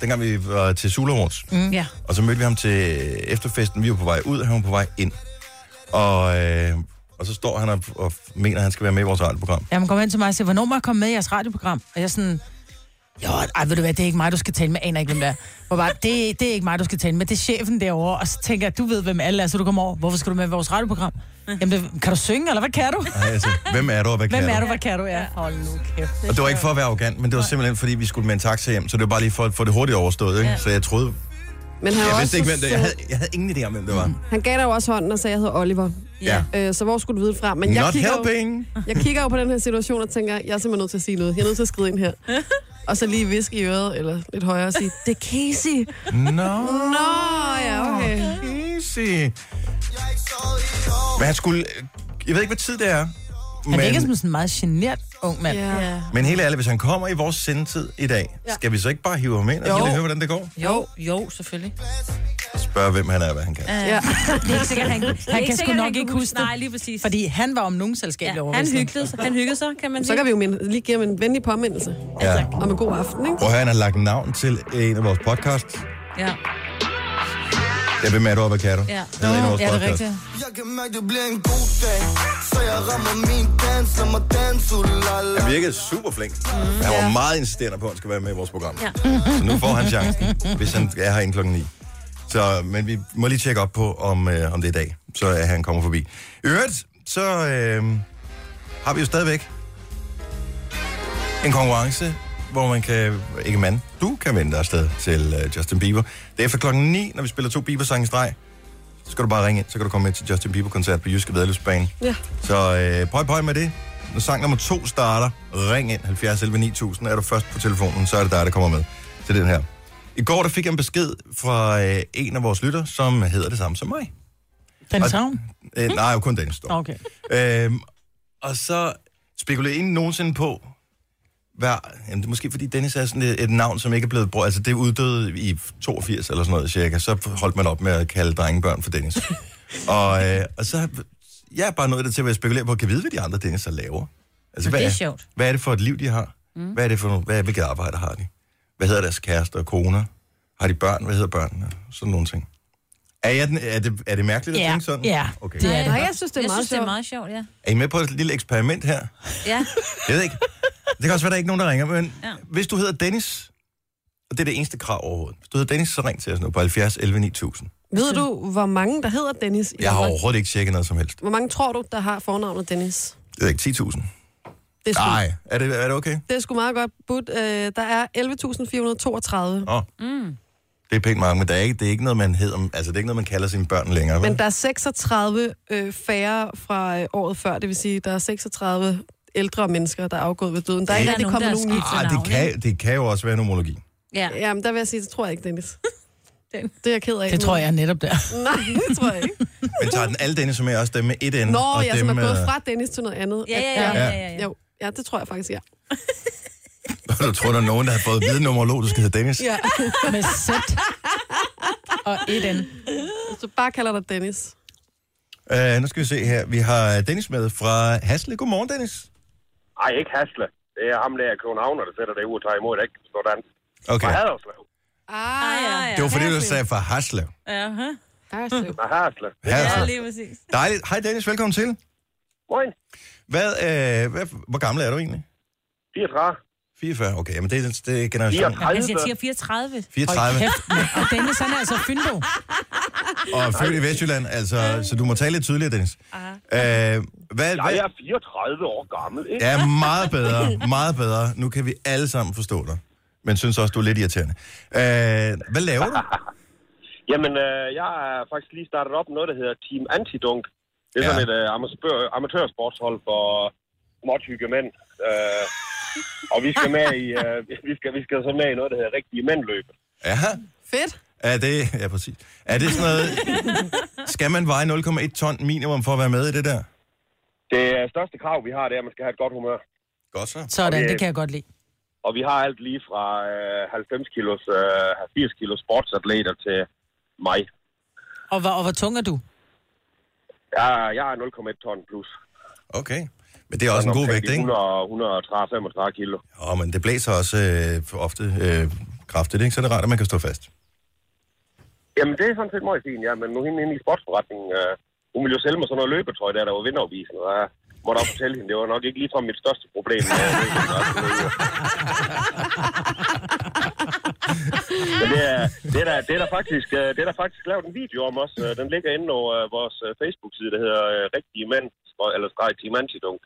Dengang vi var til Sula Awards.
Mm. Ja.
Og så mødte vi ham til efterfesten. Vi var på vej ud, og han var på vej ind. Og, øh, og så står han og, og mener, at han skal være med i vores radioprogram.
Ja, man kommer hen til mig og siger, hvornår må jeg komme med i jeres radioprogram? Og jeg er sådan, jo, ej, ved du hvad, det er ikke mig, du skal tale med, aner ikke, hvem det er. Hvor bare, det, det er ikke mig, du skal tale med, det er chefen derovre. Og så tænker jeg, du ved, hvem alle er, så du kommer over. Hvorfor skal du med i vores radioprogram? Jamen, det, kan du synge, eller hvad kan du?
Ej, altså, hvem er du, og hvad kan
Hvem er
du?
du, hvad kan du? Ja, hold nu kæft.
Og det var ikke for at være arrogant, men det var simpelthen, fordi vi skulle med en taxa hjem, så det var bare lige for at få det hurtigt overstået, ikke? Så jeg troede,
Men han,
jeg
var også
vidste ikke, hvem
så
det jeg havde,
sød.
jeg havde ingen idé om, hvem det var.
han gav dig jo også hånden og sagde, at jeg hedder Oliver.
Ja.
Øh, så hvor skulle du vide det fra? Men jeg
Not
kigger, jo,
helping.
jeg kigger jo på den her situation og tænker, jeg er simpelthen nødt til at sige noget. Jeg er nødt til at skride ind her. Og så lige viske i øret, eller lidt højere, og sige, det er Casey.
No.
Nå, ja, okay.
Easy. Men han skulle... Jeg ved ikke, hvad tid det er.
Han
Men,
virker som sådan en meget genert ung mand.
Ja.
Ja.
men helt ærligt, hvis han kommer i vores sendetid i dag, ja. skal vi så ikke bare hive ham ind og så
Jo.
lige høre, hvordan det går?
Jo, jo, selvfølgelig. Det
Spørg, hvem han er, hvad han kan. Ja.
ja.
Det er ikke sikkert, han,
er
han kan sgu
sikkert,
nok
han
ikke
kunne-
huske
Nej,
det.
lige præcis.
Fordi han var om nogen selskabelig
ja,
ja,
han, hyggede, sig- han hyggede sig, kan man
Så kan vi jo minde, lige give ham en venlig påmindelse
Ja.
om en god aften, ikke?
Prøv at høre, han har lagt navn til en af vores podcasts.
Ja.
Jeg vil med, du hvad kan du?
Ja.
Det er en af vores
Ja, det er
podcasts.
rigtigt.
Jeg kan mærke, det bliver en god dag Så jeg rammer min dans Lad mig danse, ulala
Han virkede super flink. Mm, han var meget insisterende på, at han skal være med i vores program.
Ja.
Så nu får han chancen, hvis han er herinde klokken 9. Så, men vi må lige tjekke op på, om, øh, om det er i dag, så øh, han kommer forbi. I øvrigt, så øh, har vi jo stadigvæk en konkurrence, hvor man kan, ikke man, du kan vende dig afsted til øh, Justin Bieber. Det er efter klokken 9, når vi spiller to Bieber-sange i streg. Så skal du bare ringe ind, så kan du komme med til Justin Bieber-koncert på Jyske Vedløbsbanen.
Ja.
Så øh, pøj, pøj med det. Når sang nummer to starter, ring ind 70 11 9000. Er du først på telefonen, så er det dig, der kommer med til den her. I går der fik jeg en besked fra øh, en af vores lytter, som hedder det samme som mig.
Den
Og-
savn?
Øh, nej, jo kun Dennis. dog.
Okay.
Øhm, og så spekulerede ingen nogensinde på, hvad, jamen det er måske fordi Dennis er sådan et, et navn, som ikke er blevet brugt. Altså det uddøde i 82 eller sådan noget cirka. Så holdt man op med at kalde drengebørn for Dennis. og, øh, og så har- jeg er bare nået det til, at jeg spekulerer på, kan vide, hvad de andre Dennis'er laver. Altså, hvad
det er sjovt.
Hvad er det for et liv, de har? Mm. Hvad er det for nogle, hvad, hvilket arbejde har de? Hvad hedder deres kærester og koner? Har de børn? Hvad hedder børnene? Sådan nogle ting. Er, jeg den, er, det, er det mærkeligt at
Ja,
tænke sådan?
ja.
Okay.
Det er det.
Nej, jeg synes, det er
Jeg
meget
synes, det er
sjovt.
meget sjovt, ja.
Er I med på et lille eksperiment her?
Ja,
Jeg ved ikke. Det kan også være, der er ikke nogen, der ringer, men ja.
Ja.
hvis du hedder Dennis, og det er det eneste krav overhovedet. Hvis du hedder Dennis, så ring til os nu på 70 11 9000.
Ved du, hvor mange, der hedder Dennis? i
Jeg har
Danmark?
overhovedet ikke tjekket noget som helst.
Hvor mange tror du, der har fornavnet Dennis?
Det er ikke 10.000.
Det er sgu,
Nej. Er det, er det okay?
det er sgu meget godt budt. Øh, der er 11.432.
Åh. Mm. Det er pænt mange, men der er ikke, det er ikke noget, man hedder, altså det er ikke noget, man kalder sine børn længere. vel?
Men der er 36 øh, færre fra øh, året før, det vil sige, der er 36 ældre mennesker, der er afgået ved døden. Der er
Ja.
ikke
Der er
rigtig
nogen,
kommet
der er
nogen nyt.
skidt.
Ah, det, kan, det kan jo også være en homologi.
ja.
Jamen, der vil jeg sige, det tror jeg ikke, Dennis.
Den.
Det er jeg ked af.
Det tror jeg er netop der.
Nej, det tror jeg ikke.
Men tager den alle Dennis som er også dem med et ende.
Nå,
og
jeg
dem,
som er gået
øh,
fra Dennis til noget andet.
Ja, ja, ja, ja, ja, ja.
Jo, ja, det tror jeg faktisk, ja.
Du tror, der er nogen, der har fået viden numerolog, du skal hedde Dennis.
ja.
Med sæt. Og et end.
Så bare kalder dig Dennis.
Uh, nu skal vi se her. Vi har Dennis med fra Hasle. Godmorgen, Dennis.
Ej, ikke Hasle. Det er ham der i København, der sætter det ud og tager imod, der ikke sådan.
Okay.
Fra Haderslev.
Ah,
ja.
Det var fordi, du sagde fra Hasle.
ja.
Med Hasle.
Hasle.
Ja, lige præcis.
Dejligt. Hej Dennis, velkommen til.
Moin.
Hvad, øh, hvad, hvor gammel er du egentlig?
34.
44, okay. Jamen det, er- det er generationen.
Han
34.
Altså, siger 10 og 34.
34
Og Dennis, han er altså fyndo.
og født i Vestjylland, altså, så du må tale lidt tydeligere, Dennis. Øh, hvad,
Jeg
hvad,
er 34 år gammel, ikke?
Ja, meget bedre, meget bedre. Nu kan vi alle sammen forstå dig. Men synes også, du er lidt irriterende. Øh, hvad laver du?
Jamen, øh, jeg er faktisk lige startet op med noget, der hedder Team Antidunk. Det er
Ja.
sådan et øh, amatør, amatørsportshold for småtykke mænd. Øh, og vi skal, med i, øh, vi, skal, vi skal så med i noget, der hedder Rigtige Mændløb.
Ja,
Fedt.
er det, ja, præcis. Er det sådan noget, skal man veje 0,1 ton minimum for at være med i det der?
Det øh, største krav, vi har, det er, at man skal have et godt humør.
Godt så.
Sådan, det kan jeg godt lide.
Og vi har alt lige fra øh, 90 kilos, øh, 80 kilos sportsatleter til mig.
Og hvor, og hvor tung er du?
Jeg, er- jeg er 0,1 ton plus.
Okay. Men det er også en god
Omkring
vægt,
de
ikke?
100, 130, 35 kilo.
Åh, men det blæser også øh, ofte øh, kraftigt, ikke? Så er det rart, at man kan stå fast.
Jamen, det er sådan set meget fint, ja. Men nu hende inde i sportsforretningen, øh, hun ville jo sælge mig sådan noget løbetøj, der, der var vindervisende. Og jeg måtte også fortælle hende, det var nok ikke ligefrem mit største problem. øh, løbet, altså, det er- Men det er, det, er der, det, er der faktisk, øh, det er der faktisk lavet en video om os. Øh, Den ligger inde over øh, vores øh, Facebook-side, der hedder øh, Rigtige Mænd, streg- eller streg Team Antidunk.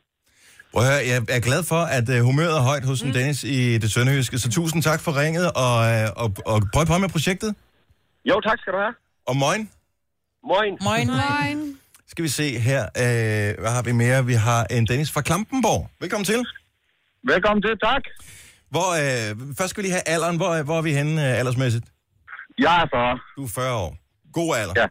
Prøv at høre, jeg er glad for, at øh, humøret er højt hos mm. Dennis i det sønderjyske. Så tusind tak for ringet, og, øh, og, og prøv på med projektet.
Jo, tak skal du have.
Og morgen.
Moin.
Moin.
Moin.
skal vi se her. Øh, hvad har vi mere? Vi har en Dennis fra Klampenborg. Velkommen til.
Velkommen til, tak.
Hvor, øh, først skal vi lige have alderen. Hvor, hvor er vi henne øh, aldersmæssigt?
Jeg er så
Du er 40 år. God alder.
Ja,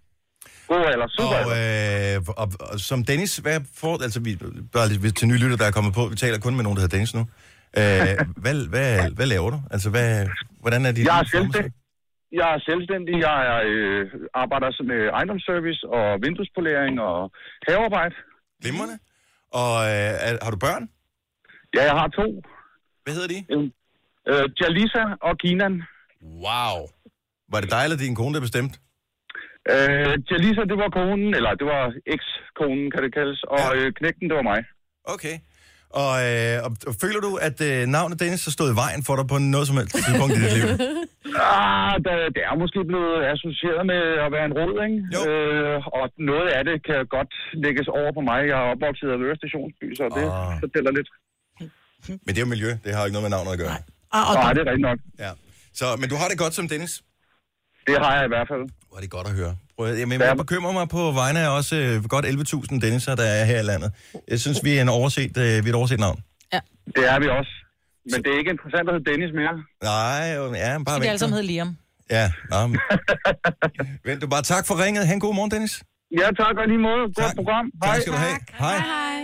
god eller super.
Og, øh, og, og, som Dennis, hvad får... Altså, vi, bare lige til nye lytter, der er kommet på. Vi taler kun med nogen, der hedder Dennis nu. Øh, hvad, hvad, hvad laver du? Altså, hvad, hvordan er dit
Jeg er
liv formet sig?
selvstændig. Jeg er selvstændig. Jeg er, øh, arbejder som øh, ejendomsservice og vinduespolering og havearbejde.
Glimrende. Og øh, er, har du børn?
Ja, jeg har to.
Hvad hedder de?
En, Øh, Jalisa og Kinan.
Wow. Var det dig eller din kone, der bestemte?
Øh, Jalisa, det var konen, eller det var eks-konen, kan det kaldes. Og
Ja.
øh, knægten, det var mig.
Okay. Og, øh, og, og føler du, at øh, navnet Dennis har stået i vejen for dig på noget som helst tidspunkt i dit liv?
Ah, der, det er måske blevet associeret med at være en rod,
Jo.
ikke? Øh, og noget af det kan godt lægges over på mig. Jeg er opvokset i Avedøre Stationsby, så det
Ah.
fortæller lidt.
Men det er jo miljø, det har jo ikke noget med navnet at gøre.
Ah, og
Nej,
du,
det er rigtigt nok.
Ja. Så, men du har det godt som Dennis?
Det har jeg i hvert fald.
Hvor er det godt at høre. Prøv, at- jamen, jeg bekymrer mig på vegne af også øh, godt 11.000 Dennis'er, der er her i landet. Jeg synes, vi er, en overset, øh, vi er et overset navn.
Det er vi også. Men det er ikke interessant at hedde Dennis mere.
Nej, øh, ja, bare
skal vi alle
vent.
sammen
nu.
altså hedde Liam.
Ja, nå, men- vent du bare. Tak for ringet. Ha' en god morgen, Dennis.
Ja, tak og i lige måde. Godt
Tak.
program.
Tak skal du have. Hej.
Hej.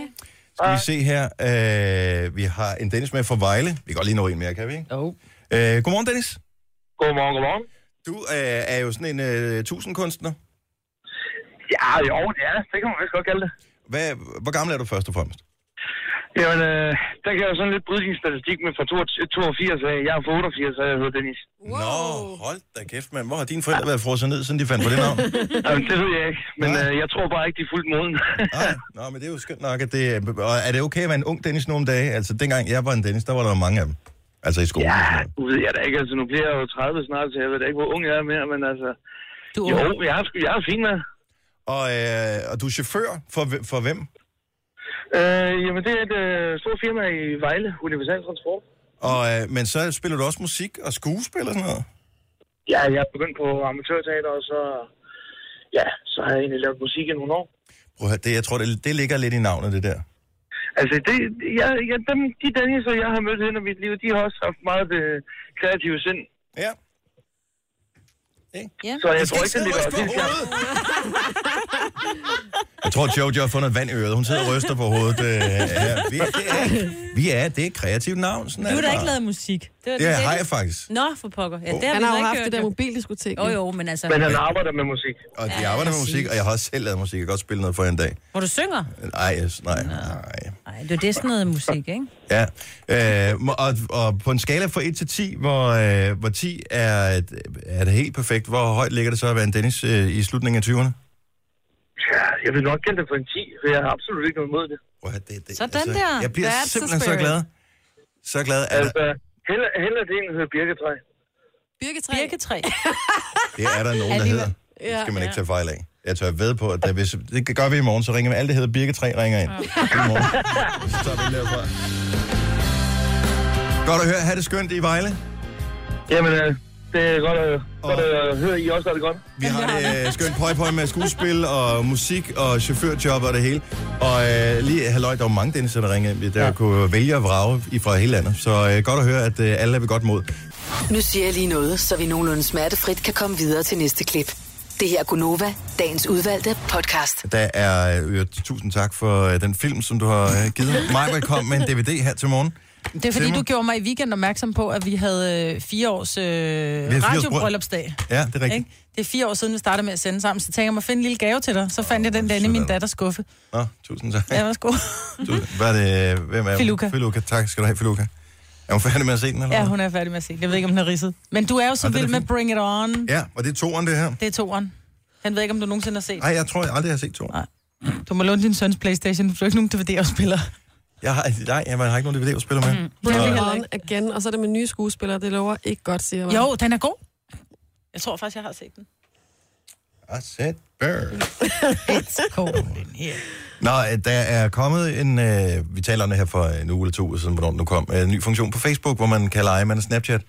Skal vi se her. Øh, vi har en Dennis med fra Vejle. Vi kan godt lige nå en mere, kan vi ikke?
Jo.
Øh, godmorgen, Dennis.
Godmorgen, godmorgen.
Du øh, er jo sådan en øh, tusindkunstner.
Ja,
Ah,
jo, ja, det kan man vist godt kalde det.
Hvad, hvor gammel er du først og fremmest?
Jamen, øh, der kan jeg jo sådan lidt bryde din statistik med fra 82 af. Jeg er fra 88 af, jeg hedder Dennis.
Wow.
Nå, hold da kæft, mand. Hvor har dine forældre været frosset ned, siden de fandt på det navn?
Jamen, det ved jeg ikke, men
Nej.
øh, jeg tror bare ikke, de er fuldt moden.
Nej, nå, men det er jo skønt nok, at det er... Og er det okay at være en ung Dennis nogle dage? Altså, dengang jeg var en Dennis, der var der jo mange af dem. Altså i skolen.
ja,
og sådan noget.
nu ved jeg da ikke. Altså, nu bliver jeg jo 30 snart, så jeg ved da ikke, hvor ung jeg er mere, men altså...
Du er
Jo,
ung.
jeg er, sgu- jeg er fin med.
Og, øh, og du er chauffør for, hv- for hvem?
Øh, jamen, det er et øh, stort firma i Vejle, Universal Transport.
Og, øh, men så spiller du også musik og skuespil og sådan noget?
Ja, jeg er begyndt på amatørteater, og så... Ja, så har jeg egentlig lavet musik i nogle år.
Prøv at høre, det, jeg tror, det, det ligger lidt i navnet, det der.
Altså, det, ja, ja, dem, de Danielser, jeg har mødt hen i mit liv, de har også haft meget det
øh,
kreative sind.
Ja.
Så jeg tror ikke, det ligger
Jeg
også helt klart.
Jeg tror, Jojo har fundet vand i øret. Hun sidder og ryster på hovedet. Øh, her. vi, er, vi er, det er et kreativt navn. Sådan
Nu
er
er
det
der ikke
bare.
lavet musik. Det, var
Det
det.
har jeg faktisk.
Nå, for pokker. Ja, det
Han
vi
har
så
jo
ikke
haft
hørt,
det der
jo.
mobildiskotek.
Jo, jo, men altså...
arbejder med musik. Og de
Ja,
arbejder med musik,
præcis.
og jeg har også selv lavet musik. Jeg kan godt spille noget for jer en dag.
Hvor du synger?
Nej, yes, nej, nej.
Nej, det er det sådan noget musik, ikke?
Ja. Øh, må- og, og på en skala fra 1 til 10, hvor, øh, hvor 10 er, er det helt perfekt, hvor højt ligger det så at være en Dennis øh, i slutningen af 20'erne?
Ja, jeg vil nok kalde det for en 10, for jeg har absolut ikke noget imod det.
Prøv at høre, det, det,
Sådan der.
altså, Jeg bliver
That's the
simpelthen så
spirit.
glad. Så glad. Er der,
Altså, heller, heller det end hedder birketræ.
Birketræ.
Birketræ.
det er der nogen, der
Alligevel.
hedder. Det skal man
Ja.
ikke tage fejl af. Jeg tør ved på, at der, hvis, det gør vi i morgen, så ringer vi. Alt det hedder Birketræ ringer ind. I morgen. Så tager vi den derfra. Godt at høre. Ha' det skønt i Vejle.
Jamen, øh, det er godt at, godt at øh, høre, I også har det godt.
Vi har det øh, skønt pøj pøj med skuespil og musik og chaufførjob og det hele. Og øh, lige halløj, der var mange Dennis'er, der ringede. ind. Der ja. kunne vælge og vrage i fra hele landet. Så øh, godt at høre, at øh, alle er ved godt mod.
Nu siger jeg lige noget, så vi nogenlunde smertefrit kan komme videre til næste klip. Det her er Gunova, dagens udvalgte podcast.
Der er øh, tusind tak for øh, den film, som du har øh, givet. Mig kom med en DVD her til morgen.
Det er fordi, du gjorde mig i weekenden opmærksom på, at vi havde øh, fire års øh,
bryllup.
radiobrøllupsdag.
Ja, det er rigtigt.
Ikke? Det er fire år siden, vi startede med at sende sammen, så tænkte jeg mig at finde en lille gave til dig. Så fandt jeg den der inde i min datters skuffe.
Nå, tusind tak.
Ja, værsgo.
Du, hvad er det? øh, Hvem er hun?
Filuka.
Filuka. Tak skal du have, Filuka. Er hun færdig med at se den, eller
Ja,
hvad?
hun er færdig med at se. den. Jeg ved ikke, om den har ridset. Men du er jo så
Nå, det er
vild
da
med
fint.
Bring It On.
Ja, og det er toeren, det her.
Det er toeren. Han ved ikke, om du nogensinde har set.
Nej, jeg tror, jeg aldrig har set toeren.
Nej. Du må låne din søns Playstation, for du har ikke nogen DVD-afspiller.
Jeg har, nej, jeg har ikke nogen DVD, jeg spiller med.
Mm-hmm.
Mm.
Bring it on again, og så er det med nye skuespillere. Det lover ikke godt, siger jeg.
Jo, den er god. Jeg tror faktisk, jeg har set den.
I said bird.
It's cold in here.
Nå, øh, der er kommet en, øh, vi taler om det her for en uge eller to uger siden, hvornår den nu kom, øh, en ny funktion på Facebook, hvor man kan lege med en Snapchat.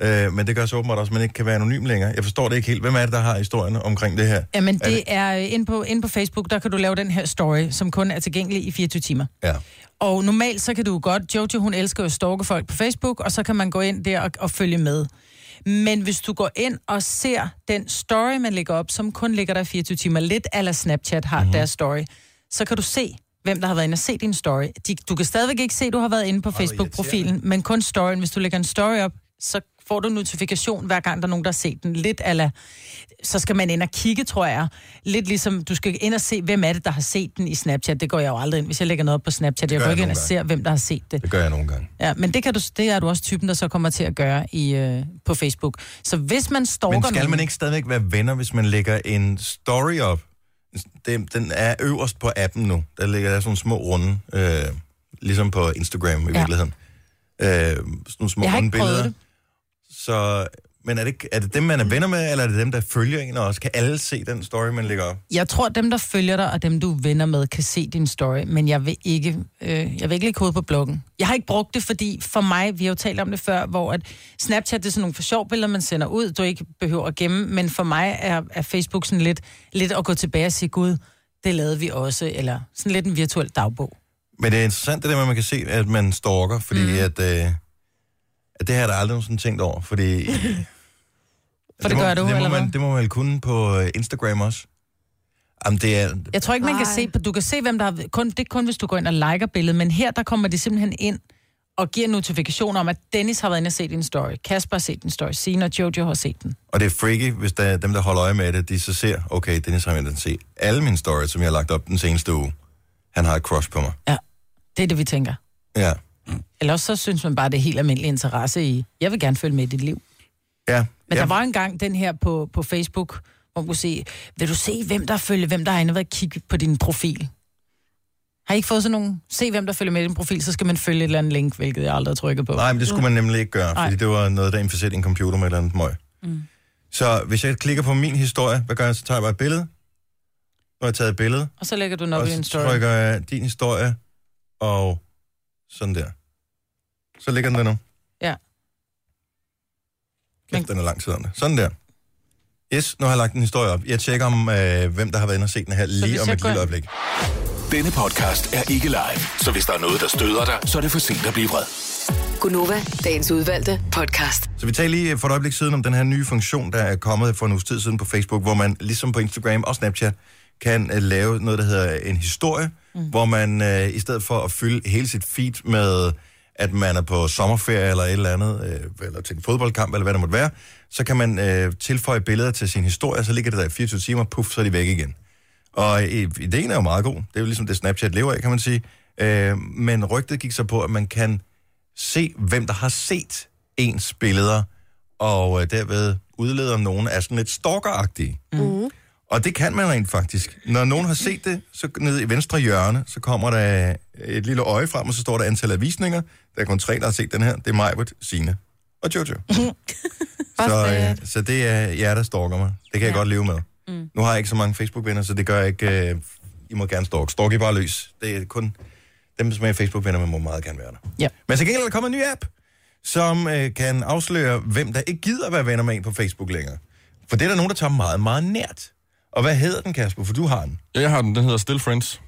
Øh, men det gør så åbenbart også, at man ikke kan være anonym længere. Jeg forstår det ikke helt. Hvem er det, der har historien omkring det her?
Jamen,
Er
det er øh, inde på, inde på Facebook, der kan du lave den her story, som kun er tilgængelig i 24 timer.
Ja.
Og normalt så kan du jo godt, Jojo hun elsker jo at stalke folk på Facebook, og så kan man gå ind der og, og følge med. Men hvis du går ind og ser den story, man lægger op, som kun ligger der i 24 timer, lidt eller Snapchat har mm-hmm. deres story, så kan du se, hvem der har været inde og se din story. De, du kan stadigvæk ikke se, at du har været inde på Facebook-profilen, men kun storyen. Hvis du lægger en story op, så får du en notifikation, hver gang der er nogen, der har set den. Lidt eller så skal man ind og kigge, tror jeg. Lidt ligesom, du skal ind og se, hvem er det, der har set den i Snapchat. Det går jeg jo aldrig ind, hvis jeg lægger noget op på Snapchat. Jeg
gør
går
jeg
ikke ind og
nogle gange.
ser, hvem der har set det.
Det gør jeg nogle gange.
Ja, men det, kan du, det er du også typen, der så kommer til at gøre i, øh, på Facebook. Så hvis man stalker
Men skal
nogen-
man ikke stadigvæk være venner, hvis man lægger en story op? Den, den er øverst på appen nu. Der ligger der sådan nogle små runde, øh, ligesom på Instagram i
Ja.
virkeligheden. Øh, sådan nogle små
Jeg har
runde
ikke prøvet
billeder.
det.
Så, men er det, ikke- er det dem, man er venner med, eller er det dem, der følger en også? Kan alle se den story, man lægger op?
Jeg tror, dem, der følger dig, og dem, du er venner med, kan se din story, men jeg vil ikke, øh, jeg vil ikke lægge hovedet på bloggen. Jeg har ikke brugt det, fordi for mig, vi har jo talt om det før, hvor at Snapchat det er sådan nogle for sjov billeder, man sender ud, du ikke behøver at gemme, men for mig er, er Facebook sådan lidt, lidt at gå tilbage og sige, gud, det lavede vi også, eller sådan lidt en virtuel dagbog.
Men det er interessant det der med, at man kan se, at man stalker, fordi mm. at, øh, at det her er der aldrig nogensinde tænkt over, fordi...
For det gør du,
det må
eller
man,
hvad?
Det må man vel kunne på øh, Instagram også. Jamen, det er,
Jeg tror ikke, man kan
Nej.
se, på- du kan se, hvem der har, kun, det er kun, hvis du går ind og liker billedet, men her, der kommer de simpelthen ind og giver notifikationer om, at Dennis har været inde og set din story, Kasper har set din story, Sina og Jojo har set den.
Og det er freaky, hvis der, dem, der holder øje med det, de så ser, okay, Dennis har den se alle mine stories, som jeg har lagt op den seneste uge. Han har et crush på mig.
Det er det, vi tænker.
Ja.
Eller også så synes man bare, det er helt almindelig interesse i, jeg vil gerne følge med i dit liv.
Ja.
Men
ja.
ja. der var engang den her på, på Facebook, hvor man kunne se, vil du se, hvem der følger, hvem der har inde og været kigge på din profil? Har I ikke fået sådan nogen, se hvem der følger med i din profil, så skal man følge et eller andet link, hvilket jeg aldrig har trykket på.
Nej, men det skulle man nemlig ikke gøre, fordi
Nej.
det var noget, der inficerede en computer med et eller andet møg.
Mm.
Så hvis jeg klikker på min historie, hvad gør jeg? Så tager jeg bare et billede. Nu har jeg taget et billede,
Og så lægger du den op
og
i en
så
story.
trykker jeg din historie, og sådan der. Så ligger den der nu.
Ja.
Kæft, den er lang tid om det. Sådan der. Yes, nu har jeg lagt en historie op. Jeg tjekker, om øh, hvem der har været inde og set den her lige
hvis
om
jeg
et
går
lille
ind-
øjeblik.
Denne podcast er ikke live, så hvis der er noget, der støder dig, så er det for sent at blive vred.
Gunova, dagens udvalgte podcast.
Så vi talte lige for et øjeblik siden om den her nye funktion, der er kommet for en uges tid siden på Facebook, hvor man ligesom på Instagram og Snapchat kan øh, lave noget, der hedder en historie, mm. hvor man øh, i stedet for at fylde hele sit feed med, at man er på sommerferie eller et eller andet, øh, eller til en fodboldkamp eller hvad det måtte være, så kan man øh, tilføje billeder til sin historie, så ligger det der i 24 timer, puff, så er de væk igen. Og øh, ideen er jo meget god. Det er jo ligesom det Snapchat lever af, kan man sige. Øh, men rygtet gik så på, at man kan se, hvem der har set ens billeder, og øh, derved udleder nogen af sådan lidt stalkeragtige.
Mm.
Og det kan man rent faktisk. Når nogen har set det, så nede i venstre hjørne, så kommer der et lille øje frem, og så står der antal af visninger. Der er kun tre, der har set den her. Det er Majbert, Signe og Jojo. så, øh, så det er jer, der stalker mig. Det kan ja. jeg godt leve med. Mm. Nu har jeg ikke så mange Facebook-venner, så det gør jeg ikke... Øh, I må gerne stalke. Stalk I bare løs. Det er kun dem, som er Facebook-venner, man må meget gerne være der.
Ja.
Men til gengæld er der kommet en ny app, som øh, kan afsløre, hvem der ikke gider være venner med en på Facebook længere. For det er der nogen, der tager meget, meget nært. Og hvad hedder den, Kasper? For du har den.
Ja, jeg har den. Den hedder Still Friends.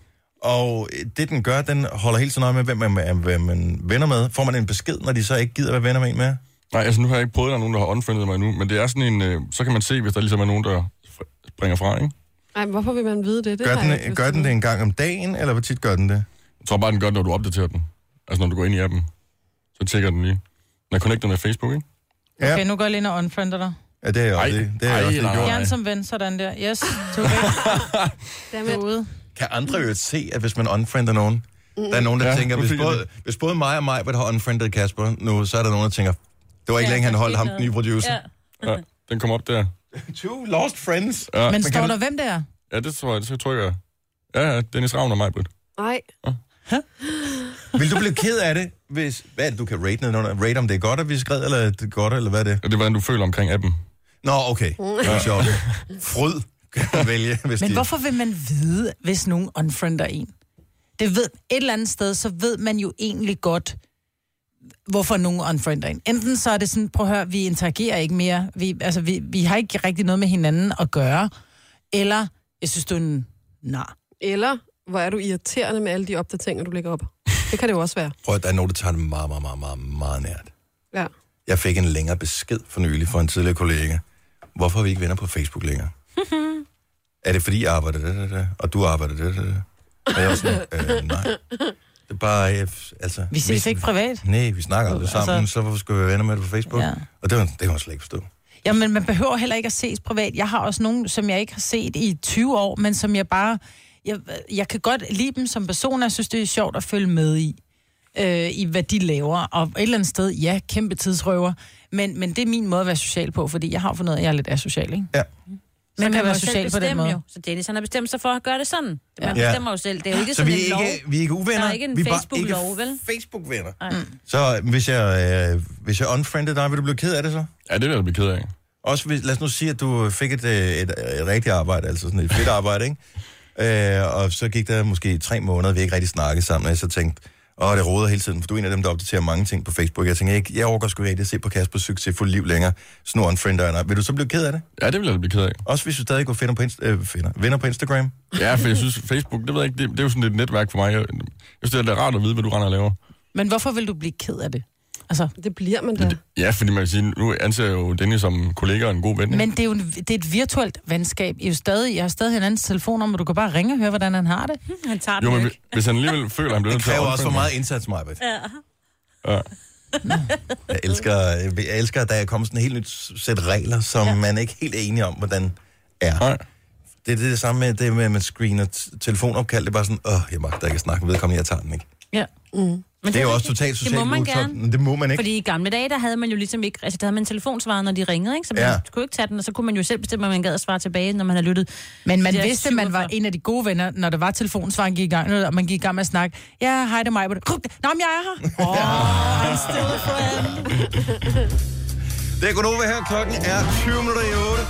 Og øh, det, den gør, den holder helt så nøje med, hvem man, er- hvem man venner med. Får man en besked, når de så ikke gider være venner med en mere?
Nej, altså nu har jeg ikke prøvet, at der er nogen, der har unfriendet mig endnu, men det er sådan en, øh, så kan man se, hvis der ligesom er nogen, der fr- springer fra, ikke?
Ej, men hvorfor vil man vide det? det
Gør
har jeg ikke
den,
lyst
gør
til.
den det en gang om dagen, eller hvor tit gør den det?
Jeg tror bare, den gør det, når du opdaterer den. Altså når du går ind i appen, så tjekker den lige. Den er connectet med Facebook, ikke?
Ja.
Okay, nu går jeg lige ind og unfriender dig.
Ja, det er jeg også lige. Det er jeg
ej,
også lige
nej,
gjort.
Gerne som ven, sådan der. Yes, du er væk. Du er ude.
Kan andre jo se, at hvis man unfriender nogen, mm. der er nogen, der ja,
Ja,
tænker,
nu
hvis
fik jeg
både, hvis både mig og mig har unfriendet Kasper nu, så er der nogen, der tænker, det var ikke ja,
Ja,
længe, han
der
holdt
skete
ham, den
noget.
nye producer.
Ja. Ja, den kom op der.
Two lost friends.
Ja.
Men står der, hvem det er?
Ja, det tror jeg, det tror jeg. jeg gør. Ja, ja, Dennis Ravn og mig, Britt.
Nej.
Vil du blive ked af det, hvis... Hvad er det, du kan rate ned under? Rate, om det er godt, at vi skrev, eller er det er godt, eller hvad er det?
Ja, det er, hvordan du føler omkring appen.
Nå, okay. Det er sjovt. Fryd kan man vælge, hvis
Men
de...
hvorfor vil man vide, hvis nogen unfriender en? Det ved, et eller andet sted, så ved man jo egentlig godt, hvorfor nogen unfriender en. Enten så er det sådan, prøv at høre, vi interagerer ikke mere, vi, altså, vi, vi har ikke rigtig noget med hinanden at gøre, eller, jeg synes, du er en nar.
Eller, hvor er du irriterende med alle de opdateringer, du lægger op. Det kan det jo også være.
Prøv at der er nogen, der tager det meget, meget, meget, meget, meget nært.
Ja.
Jeg fik en længere besked for nylig fra en tidligere kollega. Hvorfor er vi ikke venner på Facebook længere? er det fordi, jeg arbejder det, det, det, og du arbejder det, det, det? Og jeg var sådan, øh, nej. Det er bare, øh, altså...
Vi ses ikke privat.
Nej, vi snakker aldrig
Altså-
sammen, så hvorfor skulle vi være venner med det på Facebook? Ja.
Ja.
Og det, var, det kan man slet ikke forstå.
Jamen, man behøver heller ikke at ses privat. Jeg har også nogen, som jeg ikke har set i 20 år, men som jeg bare... Jeg, jeg kan godt lide dem som personer. Jeg synes, det er sjovt at følge med i, øh, i hvad de laver. Og et eller andet sted, ja, kæmpe tidsrøver. Men, men det er min måde at være social på, fordi jeg har fundet ud af, at jeg er lidt asocial, ikke?
Ja.
Men
man
kan
må
være
selv
social på den
bestemme
måde.
Jo. Så Dennis, han har bestemt sig for at gøre det sådan. Man
Ja.
bestemmer jo selv. Det er jo ikke
Så
sådan
vi er
en
ikke-
lov.
vi er ikke uvenner.
Der er ikke en
Vi er bare ikke
Facebook-lov, vel?
Facebook-venner. Mm.
Nej.
Så hvis jeg, øh, hvis jeg unfriended dig, vil du blive ked af det så?
Ja, det vil jeg blive ked af.
Også hvis, lad os nu sige, at du fik et, øh, et, et rigtigt arbejde, altså sådan et fedt arbejde, ikke? Øh, og så gik der måske tre måneder, vi ikke rigtig snakkede sammen, og jeg så tænkte, åh, det roder hele tiden, for du er en af dem, der opdaterer mange ting på Facebook. Jeg tænkte, jeg, ikke- jeg overgår sgu ikke rigtig at se på Kaspers succesfulde liv længere. Snor en friend dig. Vil du så blive ked af det?
Ja, det vil jeg blive ked af.
Også hvis du stadig går finder på, Inst- øh, finder, venner på Instagram?
Ja, for jeg synes, Facebook, det ved jeg ikke, det, det er jo sådan lidt et netværk for mig. Jeg, jeg synes, det er da rart at vide, hvad du render og laver.
Men hvorfor vil du blive ked af det? Altså,
det bliver man da.
Ja, fordi man kan sige, nu anser jeg jo Dennis som kollega og en god ven. ikke?
Men det er jo en, det er et virtuelt venskab. I er jo stadig, jeg har stadig hinandens telefonnummer, du kan bare ringe og høre, hvordan han har det.
Han tager
Jo, men hvi- hvis han alligevel føler, at han bliver
Det
nødt til at
kræver også for
unfriende
meget indsats, Maja.
Ja.
Ja.
Jeg elsker, jeg elsker, at der er kommet sådan et helt nyt sæt regler, som ja. man er ikke helt er enige om, hvordan er.
Nej.
Det er det samme med, det med at man screener t- telefonopkald. Det er bare sådan, åh, jeg magter ikke at snakke med vedkommende, jeg tager den ikke.
Ja. Mm. Men
det er jo også totalt
det
socialt
må man
utopt.
gerne.
Det må man ikke.
Fordi i gamle dage, der havde man jo ligesom ikke... Altså, der havde man telefonsvarer, når de ringede, ikke? Så man
Ja.
ja. kunne ikke tage den, og så kunne man jo selv bestemme, om man gad at svare tilbage, når man havde lyttet.
Men man
Det er
vidste, at man var en af de gode venner, når der var telefonsvaren gik i gang, og man gik i gang med at snakke. Ja, hej, det er mig. Nå, men jeg er her. Åh, oh, I'm still a friend.
Det er Godova her. Klokken er 20 minutter i 8.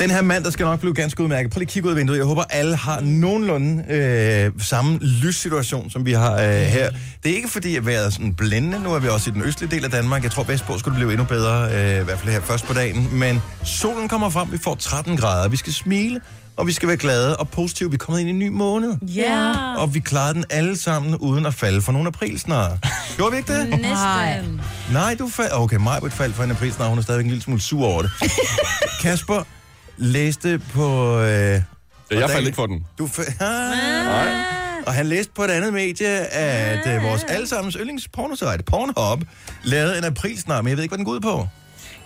Den her mand, der skal nok blive ganske udmærket. Prøv lige at kigge ud af vinduet. Jeg håber, alle har nogenlunde øh, samme lyssituation, som vi har øh, her. Det er ikke fordi, at vejret er sådan blændende. Nu er vi også i den østlige del af Danmark. Jeg tror, vestpå skulle det blive endnu bedre, øh, i hvert fald her først på dagen. Men solen kommer frem. Vi får 13 grader. Vi skal smile, og vi skal være glade og positive. Vi er kommet ind i en ny måned.
Ja.
Og vi klarede den alle sammen uden at falde for nogen april snart. Gjorde vi ikke det?
Næsten.
Nej, du faldt... Okay, Majbert faldt for en aprilsnar, hun er stadigvæk en lille smule sur over det. Kasper, læste på... Øh, ja,
jeg faldt ikke for den.
Du f- ah. Og han læste på et andet medie, at øh, vores
Ah.
allesammens yndlingspornosite, Pornhub, lavede en aprilsnar, men jeg ved ikke, hvad den går ud på.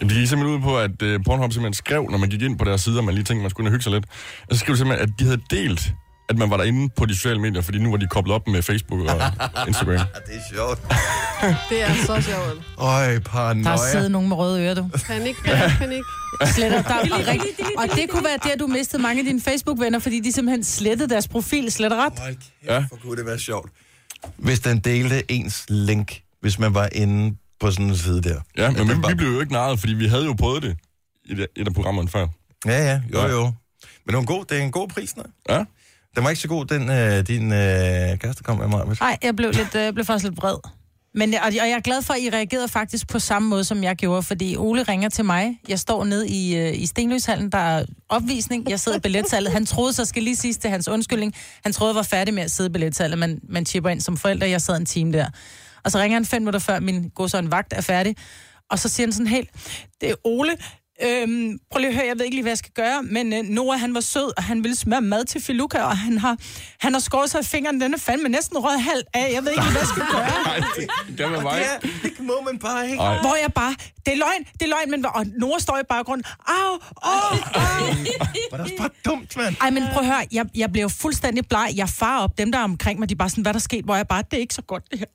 Jamen, de gik simpelthen ud på, at øh, Pornhub simpelthen skrev, når man gik ind på deres sider, man lige tænkte, man skulle ind og hygge sig lidt. Og så skrev de simpelthen, at de havde delt, at man var derinde på de sociale medier, fordi nu var de koblet op med Facebook og Instagram.
det er sjovt.
Det er så sjovt.
Øj, paranoia.
Der har siddet nogen med røde ører, du.
Panik, panik, panik.
Sletter, der er rigtig, og det kunne være der, du mistede mange af dine Facebook-venner, fordi de simpelthen slettede deres profil slet ret.
Hold kæft, ja. hvor kunne det være sjovt. Hvis den delte ens link, hvis man var inde på sådan en side der.
Ja, men vi, vi blev jo ikke narret, fordi vi havde jo prøvet det i et- et af programmerne før.
Ja, ja, jo, jo. Men det er en god, det er en god pris, nej?
Ja.
Den var ikke så god, den øh, din øh, kæreste kom med mig. Nej,
Nej, jeg blev, lidt, øh, blev faktisk lidt vred. Men, og, og jeg er glad for, at I reagerede faktisk på samme måde, som jeg gjorde, fordi Ole ringer til mig. Jeg står ned i, øh, i Stenløshallen, der er opvisning. Jeg sidder i billetsalget. Han troede, så skal lige sidst til hans undskyldning. Han troede, jeg var færdig med at sidde i billetsalget, men man chipper ind som forældre. Jeg sad en time der. Og så ringer han fem minutter før min godsøjne vagt er færdig. Og så siger han sådan helt, det er Ole, Øhm, prøv lige at høre, jeg ved ikke lige, hvad jeg skal gøre, men øh, Noah, han var sød, og han ville smøre mad til Filuka, og han har, han har skåret sig i fingeren, den er fandme næsten rød halv af, jeg ved ikke, lige, hvad jeg skal gøre.
Nej, det, det var mig.
det, er, det må man bare ikke.
Ej.
Hvor jeg bare, det er løgn, det er løgn, men og Nora står i baggrunden, au, au, au.
Var det også bare dumt, mand?
Ej, men prøv at høre, jeg, jeg blev jo fuldstændig bleg. Jeg far op, dem der er omkring mig, de er bare sådan, hvad der skete, hvor jeg bare, det er ikke så godt det her.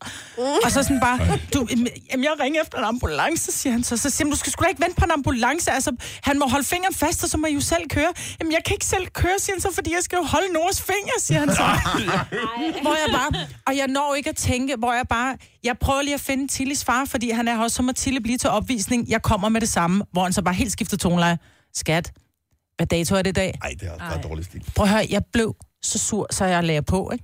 Og så sådan bare, du, jamen, jeg ringer efter en ambulance, siger han så. Så siger han, du skal sgu da ikke vente på en ambulance, altså han må holde fingeren fast, og så må I jo selv køre. Jamen, jeg kan ikke selv køre, siger han så, fordi jeg skal jo holde Noras finger, siger han så. hvor jeg bare, og jeg når ikke at tænke, hvor jeg bare, jeg prøver lige at finde Tillis far, fordi han er her også, så må Tilly blive til opvisning. Jeg kommer med det samme, hvor han så bare helt skifter toneleje. Skat, hvad dato er det i dag?
Nej, det er bare dårlig stil.
Prøv at høre, jeg blev så sur, så jeg lagde på, ikke?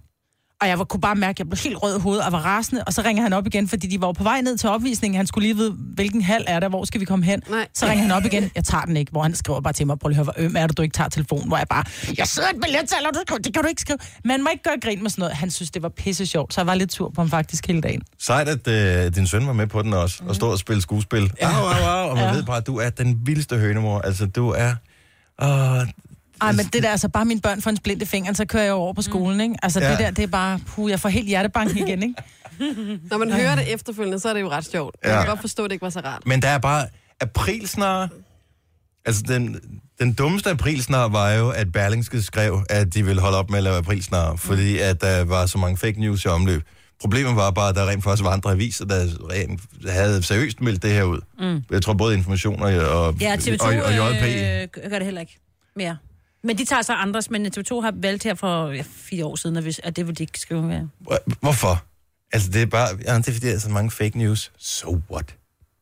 Og jeg var, kunne bare mærke, at jeg blev helt rød i hovedet og var rasende. Og så ringer han op igen, fordi de var jo på vej ned til opvisningen. Han skulle lige vide, hvilken hal er der, hvor skal vi komme hen.
Nej.
Så ringer han op igen, jeg tager den ikke, hvor han skriver bare til mig, prøv lige at høre, hvor øm er du, du ikke tager telefonen, hvor jeg bare, jeg sidder i et billetsalder, du, skriver- det kan du ikke skrive. Man må ikke gøre grin med sådan noget. Han synes, det var pisse sjovt, så jeg var lidt sur på ham faktisk hele dagen.
Sejt, at øh, din søn var med på den også,
Mhm.
og stod og spille skuespil. Au, au, au, og man ja. ved bare, at du er den vildeste hønemor. Altså, du er... Åh,
Ej, men det der, altså bare mine børn får en splint i fingeren, så kører jeg jo over på skolen, ikke? Altså
Ja.
det der, det er bare, puh, jeg får helt hjertebanken igen, ikke?
Når man hører det efterfølgende, så er det jo ret sjovt. Ja.
Ja.
Jeg kan godt forstå, at det ikke var så rart.
men der er bare aprilsnare. Altså, den, den dummeste aprilsnare var jo, at Berlingske skrev, at de ville holde op med at lave aprilsnare, fordi at der var så mange fake news i omløb. Problemet var bare, at der rent faktisk var andre aviser, der rent havde seriøst meldt det her ud. Mm. Jeg tror både informationer og, og,
Ja, TV2
og, og JP.
Øh, gør det heller ikke mere. Men de tager så andres, men TV2 har valgt her for ja, fire år siden, at, hvis, at det vil de ikke skrive mere.
Hvor- Hvorfor? Altså, det er bare... Ja, det er fordi, der er så mange fake news. So what?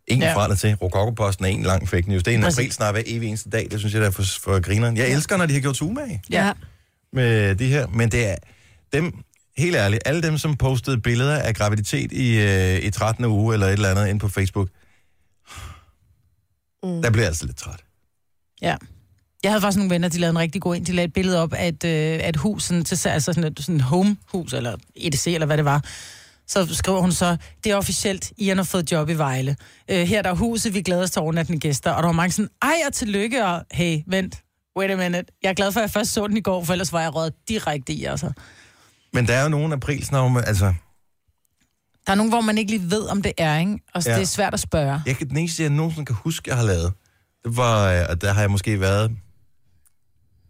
Ingen ja.
Ja.
fra dig til. Rokokoposten er en lang fake news. Det er en
Præcis.
april snart hver evig eneste dag. Det synes jeg, der er for, for grineren. Jeg elsker, når de har gjort sig umage
Ja.
med det her. Men det er dem... Helt ærligt, alle dem, som postede billeder af graviditet i, øh, i 13. uge eller et eller andet ind på Facebook, mm. der bliver jeg altså lidt træt.
Ja. Jeg havde faktisk nogle venner, de lavede en rigtig god en. De lagde et billede op af et, øh, af et hus, sådan, til, altså sådan et, sådan et homehus, eller EDC, eller hvad det var. Så skriver hun så, det er officielt, I har fået job i Vejle. Øh, her er der er huset, vi glæder os til overnattende gæster. Og der var mange sådan, ej og tillykke, og hey, vent, wait a minute. Jeg er glad for, at jeg først så den i går, for ellers var jeg røget direkte i, altså.
Men der er jo nogle april snart, altså...
Der er nogen, hvor man ikke lige ved, om det er, ikke? Og ja.
Ja.
det er svært at spørge.
Jeg kan, den eneste, jeg nogensinde kan huske, jeg har lavet, det var, øh, og der har jeg måske været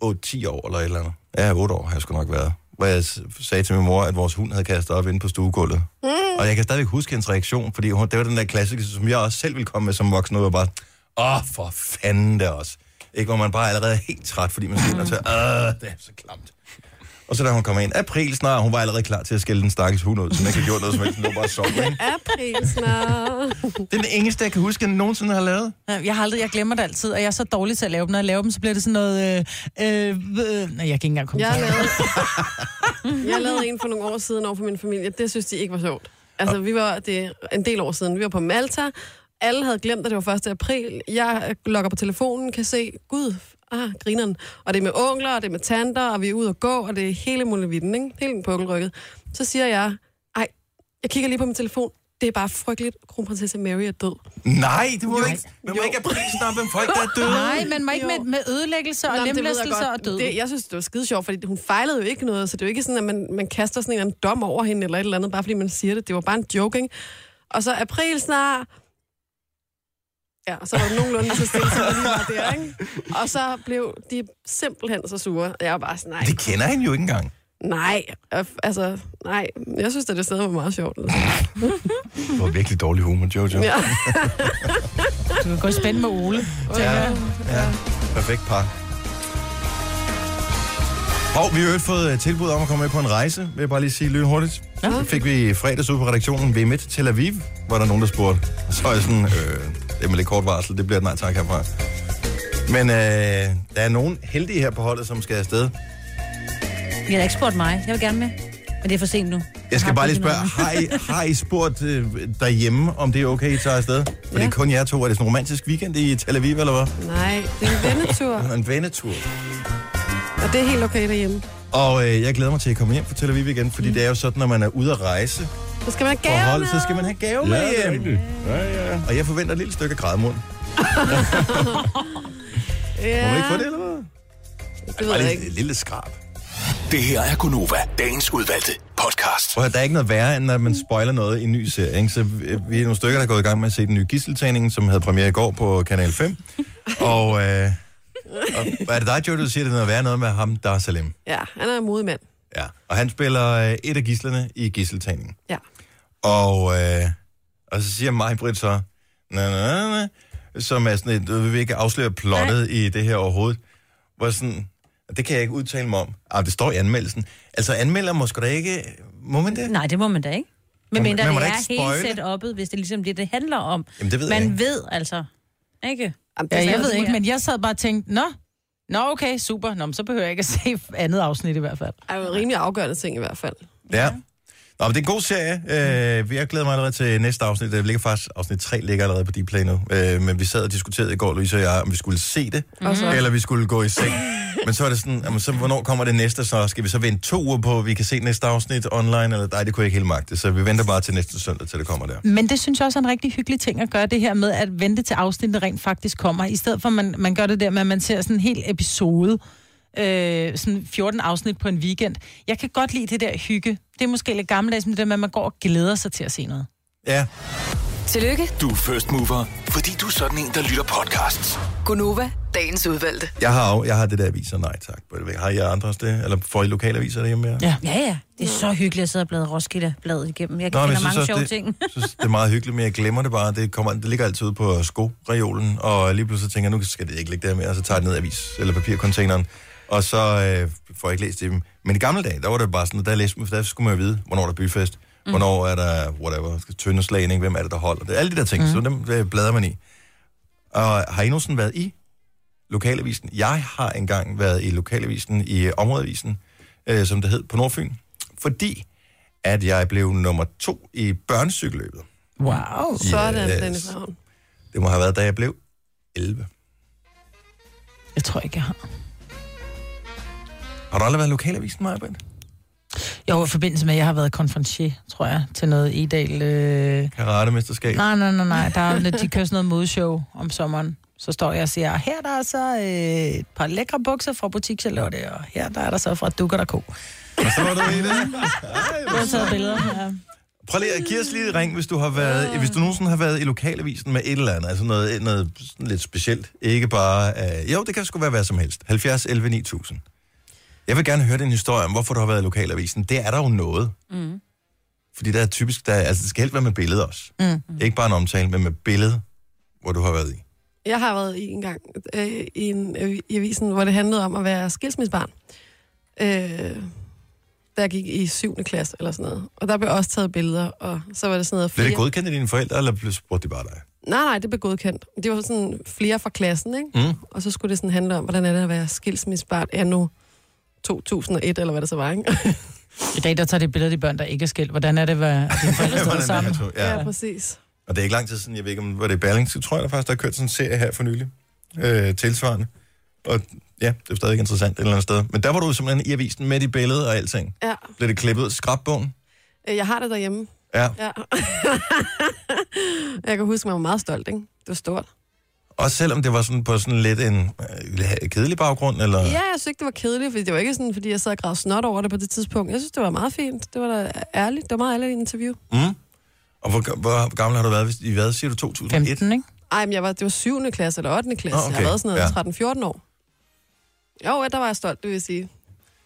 8-10 år eller et eller andet. Ja, 8 år har jeg sgu nok været. Hvor jeg s- sagde til min mor, at vores hund havde kastet op inde på stuegulvet. Mm. Og jeg kan stadigvæk huske hendes reaktion, fordi hun, det var den der klassiker, som jeg også selv ville komme med som voksen, og jeg bare, åh, for fanden det også. Ikke, hvor man bare allerede er helt træt, fordi man sidder mm. til, åh, det er så klamt. Og så da hun kom ind, april snart, hun var allerede klar til at skælde den stakkels hund ud, som ikke har gjort noget som helst, den lå bare og sov, ikke?
April snart.
Det er den eneste, jeg kan huske, jeg nogensinde har lavet.
Øh, Jeg har aldrig, jeg glemmer det altid, og jeg er så dårlig til at lave dem. Når jeg laver dem, så bliver det sådan noget... Øh, øh, øh, nej, jeg kan ikke engang komme
Jeg
til det.
lavede, jeg lavede en for nogle år siden over for min familie. Det synes de ikke var sjovt. Altså, vi var, det er en del år siden. Vi var på Malta. Alle havde glemt, at det var 1. april. Jeg øh, logger på telefonen, kan se, gud, ah, grineren. Og det er med onkler, og det er med tanter, og vi er ude og gå, og det er hele muligheden, ikke? Hele den pukkelrykket. Så siger jeg, ej, jeg kigger lige på min telefon. Det er bare frygteligt. Kronprinsesse Mary er død.
Nej, det må du ikke. Man må ikke have prisen op, hvem folk der er døde.
Nej, men må ikke med, med ødelæggelse og
Nå, men det ved jeg
lemlæstelser
godt.
og død.
Det, jeg synes, det var skide sjovt, fordi hun fejlede jo ikke noget, så det er jo ikke sådan, at man, man kaster sådan en eller anden dom over hende eller et eller andet, bare fordi man siger det. Det var bare en joking. Og så april snart... Ja, og så var det nogenlunde så stille, som det lige var der, ikke? Og så blev de simpelthen så sure. Jeg var bare sådan, nej.
Det kender hende jo ikke engang.
Nej, øh, altså, nej. Jeg synes, at det stadig var meget sjovt. Altså.
Det var virkelig dårlig humor, Jojo.
Ja.
Du kan gå i spænd med Ole.
Ja, ja. Perfekt par. Og vi har jo fået øh, tilbud om at komme med på en rejse, vil jeg bare lige sige lynhurtigt. Ja. Så fik vi i fredags ud på redaktionen ved midt Tel Aviv, hvor der er nogen, der spurgte. Så er jeg sådan, øh, det er med lidt kort varsel, det bliver et nej tak herfra. Men øh, der er nogen heldige her på holdet, som skal afsted.
Jeg har ikke spurgt mig. Jeg vil gerne med. Men det er for sent nu.
Jeg skal
Har
bare lige
booket
spørge, har I, har I spurgt øh, derhjemme, om det er okay, I tager afsted? For det er kun jer to. Er det sådan en romantisk weekend i Tel Aviv, eller hvad?
Nej, det er en vennetur,
En vennetur.
og det er helt okay derhjemme.
Og øh, jeg glæder mig til at komme hjem fra Tel Aviv igen, fordi mm. det er jo sådan, når man er ude at rejse
Så skal man have
på
gaver
hold,
med.
så skal man have gave
Ja,
med
det er
hjem.
rigtigt. Ja, ja.
Og jeg forventer et lille stykke grædmund.
Ja.
Må man ikke få det, eller hvad?
Det
Bare lige et lille skrab.
Det her er Gonova, dagens udvalgte podcast.
Prøv at høre, der er ikke noget værre, end at man spoiler noget i en ny serie. Ikke? Så øh, vi er nogle stykker, der er gået i gang med at se den nye gisseltagning, som havde premiere i går på Kanal 5. og, øh, og er det dig, Joe, du siger, at det er noget værre noget med ham, der er Salim?
Ja, han er en modig mand.
Ja. Og han spiller øh, et af gislerne i gisseltagningen.
Ja.
Og, øh, og så siger mig, Britt, så... Na, na, na, na, som er sådan et... Du vil ikke afsløre plottet i det her overhovedet. Hvor sådan... Det kan jeg ikke udtale mig om. Ah, det står i anmeldelsen. Altså, anmelder må sgu da ikke... Må man det?
Nej, det må man da ikke. Men
Man-
mindre det
man må
er
da ikke
hele
spoile.
setup'et, hvis det er ligesom det, det handler om.
Jamen, det ved jeg
man
ikke.
ved altså, ikke?
Jamen,
Ja, jeg ved ikke, men jeg sad bare og tænkte, nå, nå okay, super. Nå, men så behøver jeg ikke at se andet afsnit i hvert fald.
er jo en rimelig afgørende ting i hvert fald.
Ja. Nå, men det er en god serie. Øh, jeg glæder mig allerede til næste afsnit. Det ligger faktisk, afsnit 3 ligger allerede på D-Play nu. Øh, men vi sad og diskuterede i går, Louise og jeg, om vi skulle se det, Mm.
Og så-
eller vi skulle gå i seng. Men så er det sådan, jamen, så, hvornår kommer det næste? Så skal vi så vente to uger på, at vi kan se næste afsnit online? Eller, nej, det kunne jeg ikke helt magte. Så vi venter bare til næste søndag, til det kommer der.
Men det synes jeg også er en rigtig hyggelig ting at gøre, det her med at vente til afsnittet rent faktisk kommer. I stedet for, at man, man gør det der med, at man ser sådan en hel episode, øh, sådan 14 afsnit på en weekend. Jeg kan godt lide det der hygge. Det er måske lidt gammeldags, men det der med, at man går og glæder sig til at se noget.
Ja.
Tillykke,
Du er first mover, fordi du er sådan en, der lytter podcasts.
Gunova, dagens udvalgte.
Jeg har, jo- jeg har det der aviser, nej tak. By the way. Har I andre også det? Eller får I lokale aviser derhjemme? Ja.
Ja, ja. Det er så hyggeligt at sidde og bladre Roskilde-bladet igennem. Jeg
Nå,
kan
men
finde
jeg synes
mange
også,
sjove
det-
ting.
synes, det er meget hyggeligt, men jeg glemmer det bare. Det, kommer, det ligger altid ude på skoreolen, og lige pludselig tænker jeg, nu skal det ikke ligge der mere, og så tager jeg det ned i avis- eller papircontaineren, og så øh, får jeg ikke læst det. Men i gamle dage, der var det bare sådan, der, læste, man- der skulle man jo vide, hvornår der er byfest, mm. hvornår er der whatever, tyndeslagning, hvem er det, der holder det. Alle de der ting, mm. så dem øh, bladrer man i. Og har I nogensinde været i Lokalavisen? Jeg har engang været i Lokalavisen, i øh, Områdeavisen, øh, som det hed, på Nordfyn, fordi at jeg blev nummer to i børnecykelløbet.
Wow.
Sådan,
Yes.
yes. Dennis Ravn.
Det må have været, da jeg blev 11.
Jeg tror ikke, jeg har.
Har du aldrig været i lokalavisen, Maja Brent?
Jo, i forbindelse med, at jeg har været konferencier, tror jeg, til noget Edal. Øh...
Karate-mesterskab?
Nej, nej, nej, nej. Der er, når de kører sådan noget modshow om sommeren. Så står jeg og siger, her der er så øh, et par lækre bukser fra butik Charlotte, og her der er der så fra Dukker der Ko.
Og så var du i det.
Jeg har taget billeder her.
Prøv lige at give os lige et ring, hvis du, har været, hvis du nogensinde har været i lokalavisen med et eller andet. Altså noget, noget sådan lidt specielt. Ikke bare... Øh, jo, det kan sgu være hvad som helst. 70 11 9000. Jeg vil gerne høre din historie om, hvorfor du har været i lokalavisen. Det er der jo noget.
Mm.
Fordi der er typisk... Der, er- altså, det skal helst være med billede også.
Mm.
Ikke bare en omtale, men med billede, hvor du har været i.
Jeg har været i en gang øh, i, en, øh, i avisen, hvor det handlede om at være skilsmissebarn. Øh, der gik i 7. klasse eller sådan noget. Og der blev også taget billeder, og så var det sådan noget...
Blev det
flere-
godkendt af dine forældre, eller blev- spurgte de bare dig?
Nej, nej, det blev godkendt. Det var sådan flere fra klassen, ikke?
Mm.
Og så skulle det sådan handle om, hvordan er det at være skilsmissebarn anno 2001, eller hvad det så var, ikke?
I dag, der tager det billeder af de børn, der ikke er skilt. Hvordan er det, hvad dine
Hvordan
forældre står
er
sammen?
det,
ja. ja, præcis.
Og det er ikke lang tid siden, jeg ved ikke, om var det Berlingske, tror jeg, der faktisk der har kørt sådan en serie her for nylig, øh, tilsvarende. Og ja, det er stadig interessant et eller andet sted. Men der var du simpelthen i avisen med i billedet og alting.
Ja,
Blev det klippet ud af skrabbogen?
øh, jeg har det derhjemme.
Ja.
ja. jeg kan huske, man var meget stolt, ikke? Det var stort.
Også selvom det var sådan på sådan lidt en øh, kedelig baggrund, eller...
Ja, jeg synes ikke, det var kedeligt, fordi det var ikke sådan, fordi jeg sad og gravede snot over det på det tidspunkt. Jeg synes, det var meget fint. Det var da ærligt. Det var meget ærligt interview.
Mm. Og hvor, hvor gammel har du været hvis- i hvad, siger du, 2001?
15, ikke?
Ej, men jeg var, det var 7. klasse eller 8. klasse.
Nå, Ah,
Okay. Jeg
okay.
har været
Ja.
sådan noget ja. 13-14 år. Jo, ja, der var jeg stolt, det vil jeg sige.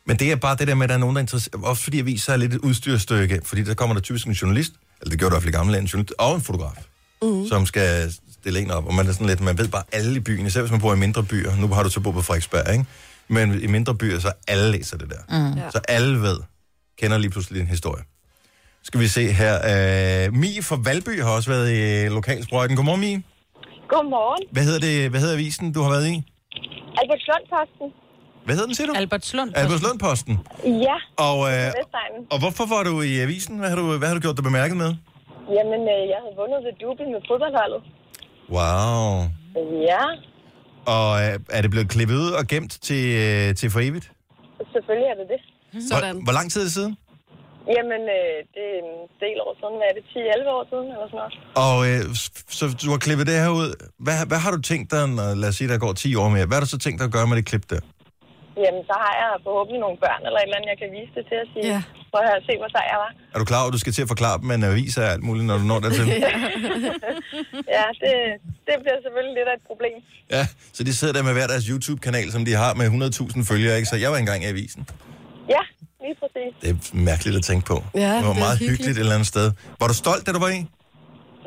Men det er bare det der med, at der er nogen, der er interesseret. Også fordi aviser er lidt et udstyrstykke, fordi der kommer der typisk en journalist, eller det gjorde der i hvert fald i gamle dage, en journalist og en fotograf, mm. som skal stille en op. Og man er sådan lidt, man ved bare alle i byen, især hvis man bor i mindre byer. Nu har du så boet på Frederiksberg, ikke? Men i mindre byer, så alle læser det der.
Mm.
Så alle ved, kender lige pludselig en historie. Skal vi se her. Øh, Mie fra Valby har også været i lokalsprøjten. Godmorgen, Mie.
Godmorgen.
Hvad hedder, det, hvad hedder avisen, du har været i?
Albertslundposten.
Hvad hedder den, siger du?
Albertslund.
Albertslundposten.
Ja,
Og, øh,
på Vestegnen.
og hvorfor var du i avisen? Hvad har du, hvad har du gjort dig bemærket med?
Jamen, øh, jeg havde vundet ved double med fodboldholdet.
Wow.
Ja,
Og øh, er det blevet klippet ud og gemt til, øh, til for evigt?
selvfølgelig er det det.
Hvor, hvor lang tid er det siden?
Jamen, øh, det er en del år siden. Hvad er det? 10-11 år siden eller sådan noget?
Og øh, s- så du har klippet det her ud. Hvad, hvad har du tænkt dig, når, lad os sige, der går 10 år mere, hvad har du så tænkt dig at gøre med det klip der?
Jamen, så har jeg forhåbentlig nogle børn eller et eller andet, jeg kan vise det til at sige. Ja. Prøv at høre, se, hvor sej jeg var.
Er du klar over, at du skal til at forklare dem med en avis og alt muligt, når du når dertil?
ja, det, det bliver selvfølgelig lidt af et problem.
ja, så de sidder der med hver deres YouTube-kanal, som de har med 100.000 følgere, ikke? Så jeg var engang i avisen.
Ja, lige præcis.
Det er mærkeligt at tænke på.
Ja,
det var
det er
meget
hyggeligt.
hyggeligt et eller andet sted. Var du stolt, da du var i?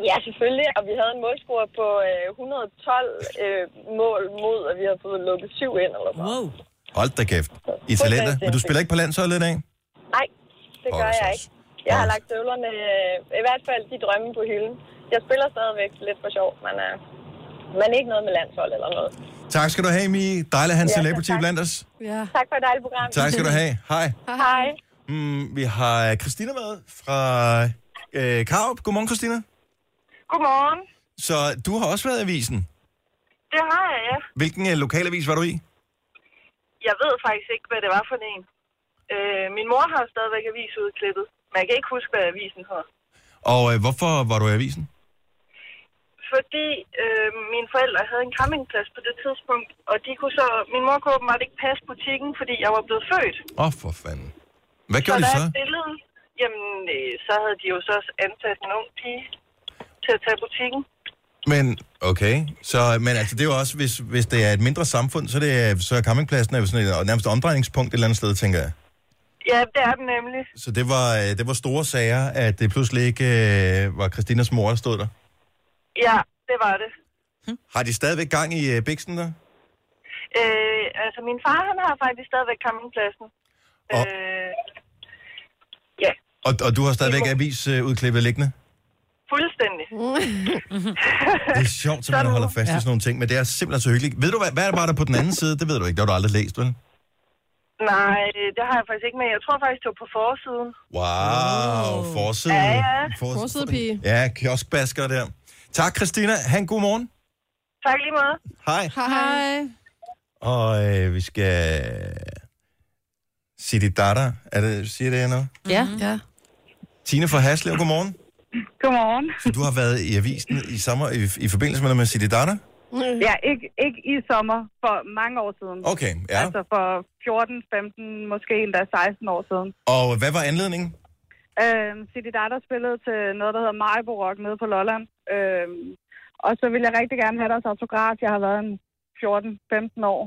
Ja, selvfølgelig. Og vi havde en målscore på øh, 112 øh, mål mod, at vi havde fået lukket syv ind eller sådan wow.
Hold da kæft. I talenter. Men du spiller ikke på landsholdet i dag?
Nej, det gør jeg ikke. Jeg har lagt støvlerne, øh, i hvert fald de drømme på hylden. Jeg spiller stadigvæk lidt for sjov, men, øh, men ikke noget med landshold eller noget.
Tak skal du have, Mie. Dejligt at have en
Ja, så
celebrity
tak.
blandt os.
Ja.
Tak for et dejligt program.
Tak skal du have. Hej.
Hej.
Mm, vi har Christina med fra øh, Karup. Godmorgen, Christina.
Godmorgen.
Så du har også været i avisen.
Det har jeg, ja.
Hvilken øh, lokalavis var du i?
Jeg ved faktisk ikke, hvad det var for en. Øh, min mor har stadigvæk avisudklippet, men jeg kan ikke huske, hvad avisen hedder.
Og øh, hvorfor var du i avisen?
Fordi øh, mine forældre havde en campingplads på det tidspunkt, og de kunne så, min mor kunne åbenbart ikke passe butikken, fordi jeg var blevet født.
Åh, oh, for fanden. Hvad gjorde
så
de
der
så?
er et billede. Jamen, øh, så havde de jo så også ansat en ung pige til at tage butikken.
Men, okay. Så, men altså, det er jo også, hvis, hvis det er et mindre samfund, så, er det, øh, så er campingpladsen er jo sådan et, nærmest omdrejningspunkt et eller andet sted, tænker jeg.
Ja, det er den nemlig.
Så det var, øh, det var store sager, at det pludselig ikke øh, var Christinas mor, der stod der.
Ja, det var det.
Har de stadigvæk gang i øh, biksen der?
Øh, altså, min far, han har faktisk stadigvæk campingpladsen.
Og-
Øh,
Og, og du har stadigvæk avisudklippet liggende?
Fuldstændig.
Det er sjovt, at man holder fast i sådan nogle ting, men det er simpelthen så hyggeligt. Ved du, hvad, hvad var der på den anden side? Det ved du ikke, det har du aldrig læst, vel?
Nej, det har jeg faktisk ikke med. Jeg tror faktisk, det var på forsiden. Mm.
Wow, oh. forside.
Ja, ja.
Fors-
Forsidepige.
Ja, kioskbasker der. Tak, Christina. Han god morgen.
Tak lige meget.
Hej.
Hej.
Og øh, vi skal... Sidi Dada, er det, siger det her noget?
Ja. ja.
Tine fra Haslev, godmorgen.
Godmorgen.
Så du har været i avisen i, sommer, i, i forbindelse med, med Sidi Dada?
Ja, ikke, ikke i sommer, for mange år siden.
Okay, ja.
Altså for 14, 15, måske endda 16 år siden.
Og hvad var anledningen?
Øhm, City Data spillede til noget, der hedder Maribo Rock nede på Lolland. Øhm, og så ville jeg rigtig gerne have deres autograf. Jeg har været en 14-15 år.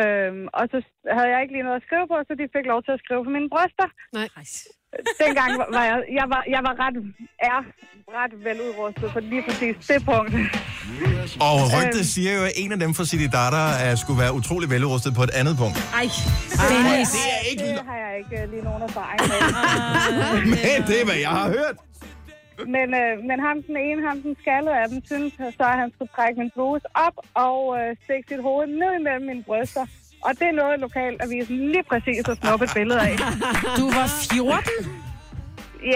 Øhm, og så havde jeg ikke lige noget at skrive på, så de fik lov til at skrive på mine bryster.
Nej.
Dengang var- var jeg, jeg, var, jeg var ret, er ret veludrustet på lige præcis det punkt.
Og
Øhm.
rygtet siger jo, at en af dem fra City Data uh, skulle være utrolig velrustet på et andet punkt.
Ej,
Dennis.
det er ikke... Det har jeg ikke øh, lige nogen erfaring med.
Ah.
Men det er, hvad jeg har hørt.
Men, øh, men ham den ene, ham den skaldede af dem, synes så, at han skulle trække min bluse op og øh, stikke sit hoved ned imellem mine bryster. Og det nåede lokalavisen lige præcis at snuppe et billede af.
Du var 14?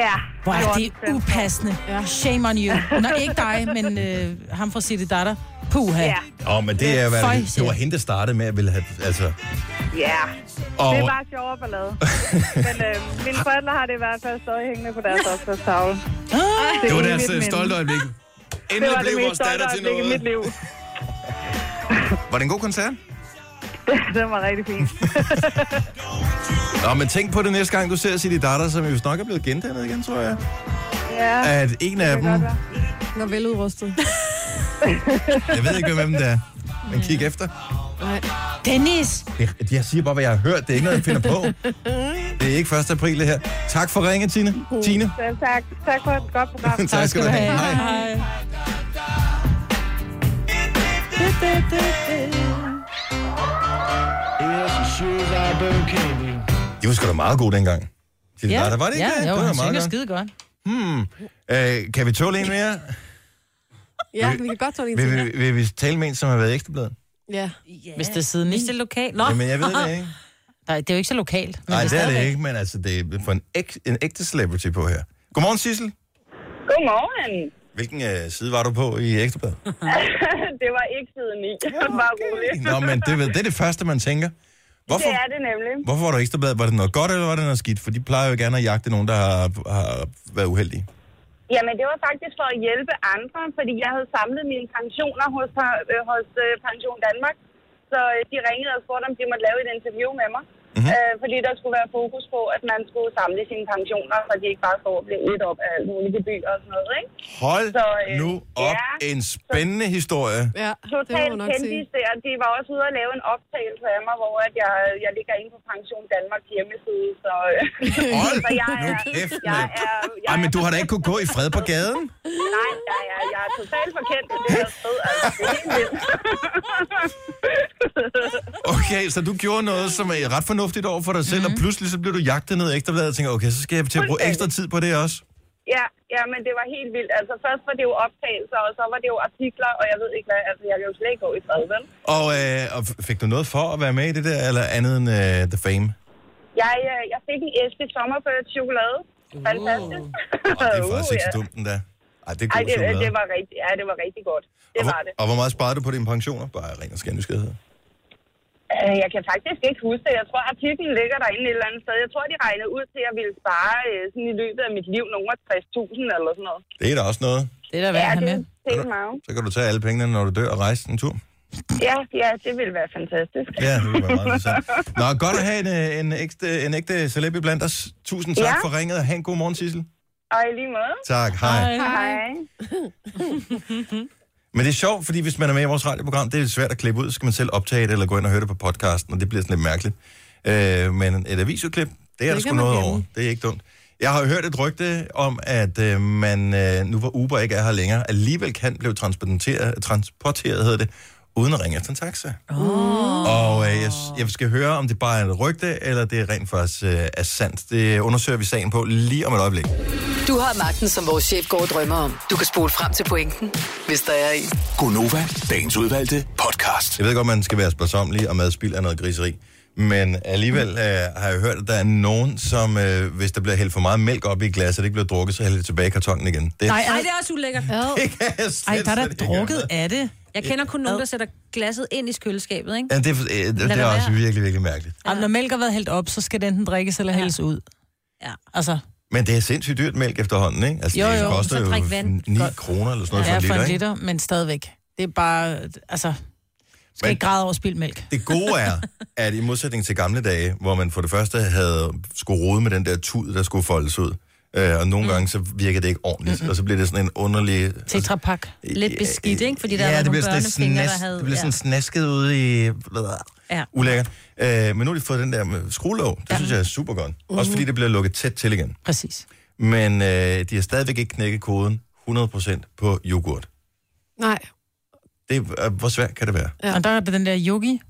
Ja.
Hvor er
14,
det upassende. Shame on you. Nå, ikke dig, men øh, ham fra City Data. Puha. Ja.
Åh, oh, men det er, hvad,
Føj,
det var hende, der startede med at ville have... Altså,
Ja,
Og-
det er bare sjovere ballade. Men øh, mine forældre har det i hvert fald stadig hængende på deres opslagstavle.
Det, var
er
deres
mit
altså
øh,
minde.
stolte øjeblik.
Det
Endelig
var det
blev
mest
vores datter
stolte
til
øjeblik i
noget.
mit liv.
var det en god koncert?
Det var rigtig fint.
Nå, men tænk på det næste gang, du ser City Data, som jo vist nok er blevet gendannet igen, tror jeg.
Ja.
At en af dem,
Var veludrustet.
jeg ved ikke, hvem det er, men kig efter.
Dennis!
Det- Jeg siger bare, hvad jeg har hørt. Det er ikke noget, jeg finder på. Det er ikke 1. april, det her. Tak for ringet, Tine. Tine.
Selv tak. Tak for et godt program.
Tak skal du have. Hej.
Hej.
De var sgu da meget gode dengang. City Data, var det ikke
ja,
det?
Jo,
det var
han
meget
synger
godt.
skide godt.
Hmm. Øh, kan vi tåle en mere?
Ja, vi kan godt tage en
Vil,
til.
vil, vil vi tale med en, som har været i ekstrabladet?
Ja.
Hvis det er siden, ikke? Hvis det er lokalt. Nå.
Jamen, jeg ved det ikke.
Nej, det er jo ikke så lokalt. men
Nej, det er det
stadigvæk-
ikke, men altså, det er for en, æg, en ægte celebrity på her. Godmorgen, Sissel.
Godmorgen.
Hvilken øh, side var du på i Ekstrabladet?
det var ikke siden 9. Bare roligt.
Nå, men det, ved- det er det første, man tænker. Hvorfor,
Det er det nemlig.
hvorfor var du i Ekstrabladet? Var det noget godt, eller var det noget skidt? For de plejer jo gerne at jagte nogen, der har, har været uheldige.
Jamen, det var faktisk for at hjælpe andre, fordi jeg havde samlet mine pensioner hos, øh, hos øh, Pension Danmark. Så øh, de ringede og spurgte, om de måtte lave et interview med mig.
Mhm.
Mm-hmm. Øh, fordi der skulle være fokus på, at man skulle samle sine pensioner, så de ikke bare står og bliver lidt op af alle mulige gebyrer og sådan noget, ikke?
Hold
Så,
så,
øh,
øh, nu op.
ja.
Ja. En spændende historie.
Ja,
Totalt kendis der. De var også ude at lave en optagelse af mig, hvor at jeg, jeg ligger inde på Pension Danmarks hjemmeside. Så, øh, så jeg er,
kæft,
jeg
mand.
er, jeg
Ej, men
er
du har da ikke kunnet gå i fred på gaden?
Nej, jeg er, jeg er totalt forkendt i det her sted. Altså, det er helt vildt.
Okay, så du gjorde noget, som er ret fornuftigt over for dig selv, mm-hmm. og pludselig så blev du jagtet ned af Ekstrabladet og tænker, okay, så skal jeg til at bruge ekstra tid på det også.
ja, ja, men det var helt vildt. Altså, først var det jo optagelser, og så var det jo artikler, og jeg ved ikke hvad. Altså, jeg kan jo slet ikke gå i fred, vel?
Og, øh, og f- fik du noget for at være med i det der, eller andet end øh, The Fame?
Jeg, øh, jeg fik en æske sommerbødt chokolade. Fantastisk.
Og det er faktisk
Uh,
ikke
ja.
så dumt, den der. Ej, det er god
Ej, det, øh,
chokolade.
det, var rigtig, ja, det var rigtig godt. Det
og, hvor,
var det.
og hvor meget sparede du på dine pensioner? Bare ren og skær nysgerrighed.
Øh, Jeg kan faktisk ikke huske det. Jeg tror, artiklen ligger derinde et eller andet sted. Jeg tror, de regnede ud til, at jeg ville spare øh, sådan i løbet af mit liv nogle af 60.000 eller sådan noget.
Det er da også noget.
Det er da
Ja, det er helt meget.
Så kan du tage alle pengene, når du dør, og rejse en tur.
Ja, ja, det ville være fantastisk.
Ja, det ville være meget interessant. Nå, godt at have en, øh, en, ægte, en ægte celebi blandt os. Tusind tak
Ja.
ja. for ringet, og have en god morgen, Sissel.
Og i lige måde.
Tak, hej. hej.
Hej.
Men det er sjovt, fordi hvis man er med i vores radioprogram, det er svært at klippe ud, så skal man selv optage det, eller gå ind og høre det på podcasten, og det bliver sådan lidt mærkeligt. Øh, men et avisoklip, det er
Det
der sgu
kan man
noget
glemme.
over. Det er ikke dumt. Jeg har hørt et rygte om, at øh, man, øh, nu hvor Uber ikke er her længere, alligevel kan blive transporteret, transporteret hedder det, uden at ringe efter en taxa.
Oh.
Og øh, jeg, jeg skal høre, om det bare er et rygte, eller det rent faktisk øh, er sandt. Det undersøger vi sagen på lige om et øjeblik.
Du har magten, som vores chef går og drømmer om. Du kan spole frem til pointen, hvis der er en.
Gonova, dagens udvalgte podcast. Jeg ved godt, man skal være sparsomlig, og madspild er noget griseri. Men alligevel øh, har jeg hørt, at der er nogen, som, øh, hvis der bliver hældt for meget mælk op i et glas, og det ikke bliver drukket, så hælder det tilbage i kartongen igen. Det,
Nej, ej, det er også ulækkert.
Det kan jeg slet
Ej, der er
slet
da
ikke
drukket
gøre.
af det.
Jeg kender kun nogen, der sætter glasset ind i køleskabet, ikke?
ja, det, er- øh, det,
Lad
det er
det
også
være.
virkelig, virkelig mærkeligt.
Ja. Når mælk har været hældt op, så skal det enten drikkes eller ja. hældes ud. Ja. Altså,
Men det er sindssygt dyrt mælk efterhånden, ikke? Altså,
Jo,
det
jo,
koster
så
jo
drik vand.
9 kroner eller sådan noget
ja,
for en liter, ikke?
men stadigvæk. Det er bare, altså, skal
Men-
ikke græde over spildt mælk.
Det gode er, at i modsætning til gamle dage, hvor man for det første havde skulle rode med den der tud, der skulle foldes ud, øh, og nogle mm. gange så virker det ikke ordentligt, mm-hmm. og så bliver det sådan en underlig...
Tetrapak.
Lidt beskidt, ikke? Fordi der
Altså, øh, ja,
var nogle
det bliver sådan lidt
børnefingre, der
snas-
havde...
det bliver sådan
ja.
snasket ude i...
Ja.
Ulækkert. Øh, men nu har de fået den der med skruelåg. Det ja. synes jeg er super godt. Mm-hmm. Også fordi det bliver lukket tæt til igen.
Præcis.
Men øh, de har stadigvæk ikke knækket koden 100% på yoghurt.
Nej.
Det, øh, hvor svært kan det være?
Ja. Og der er det den der yogi.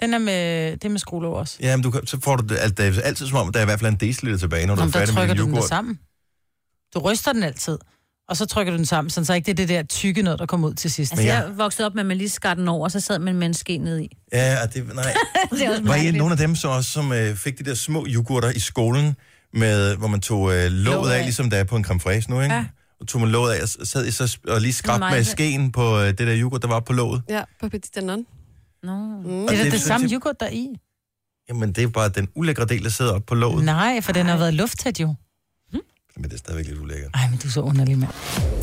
Den er med, det er med skruelåg også.
Ja, men du, kan- så får du det, alt, det er altid som om, der er i hvert fald en deciliter tilbage, når du
Nå,
er
men der
færdig med
trykker
din
du den der
yoghurt.
sammen. Du ryster den altid, og så trykker du den sammen, sådan så ikke det er det der tykke noget, der kommer ud til sidst.
Altså, jeg voksede op med, at man lige skar den over, og så sad man med en ske ned i.
Ja, og det, nej.
Det er også
var I
mærkeligt.
nogle af dem, som, også, som øh, fik de der små yoghurter i skolen, med, hvor man tog øh, låget af, ligesom der er på en creme fraise nu, ikke? Ja. og tog man låget af, og s- sad I så sp- og lige skrabte
Mig,
med
hvad-
skeen på øh, det der yoghurt, der var på låget.
Ja, på Petit Danone.
Nå. Mm.
Det
Og
er da
det-
det samme yoghurt, der er i.
Jamen, det er bare den ulækre del, der sidder op på låget.
Nej, for den har været lufttæt jo.
Men det er stadigvæk lidt ulækkert.
Ej, men du er så underlig, mand.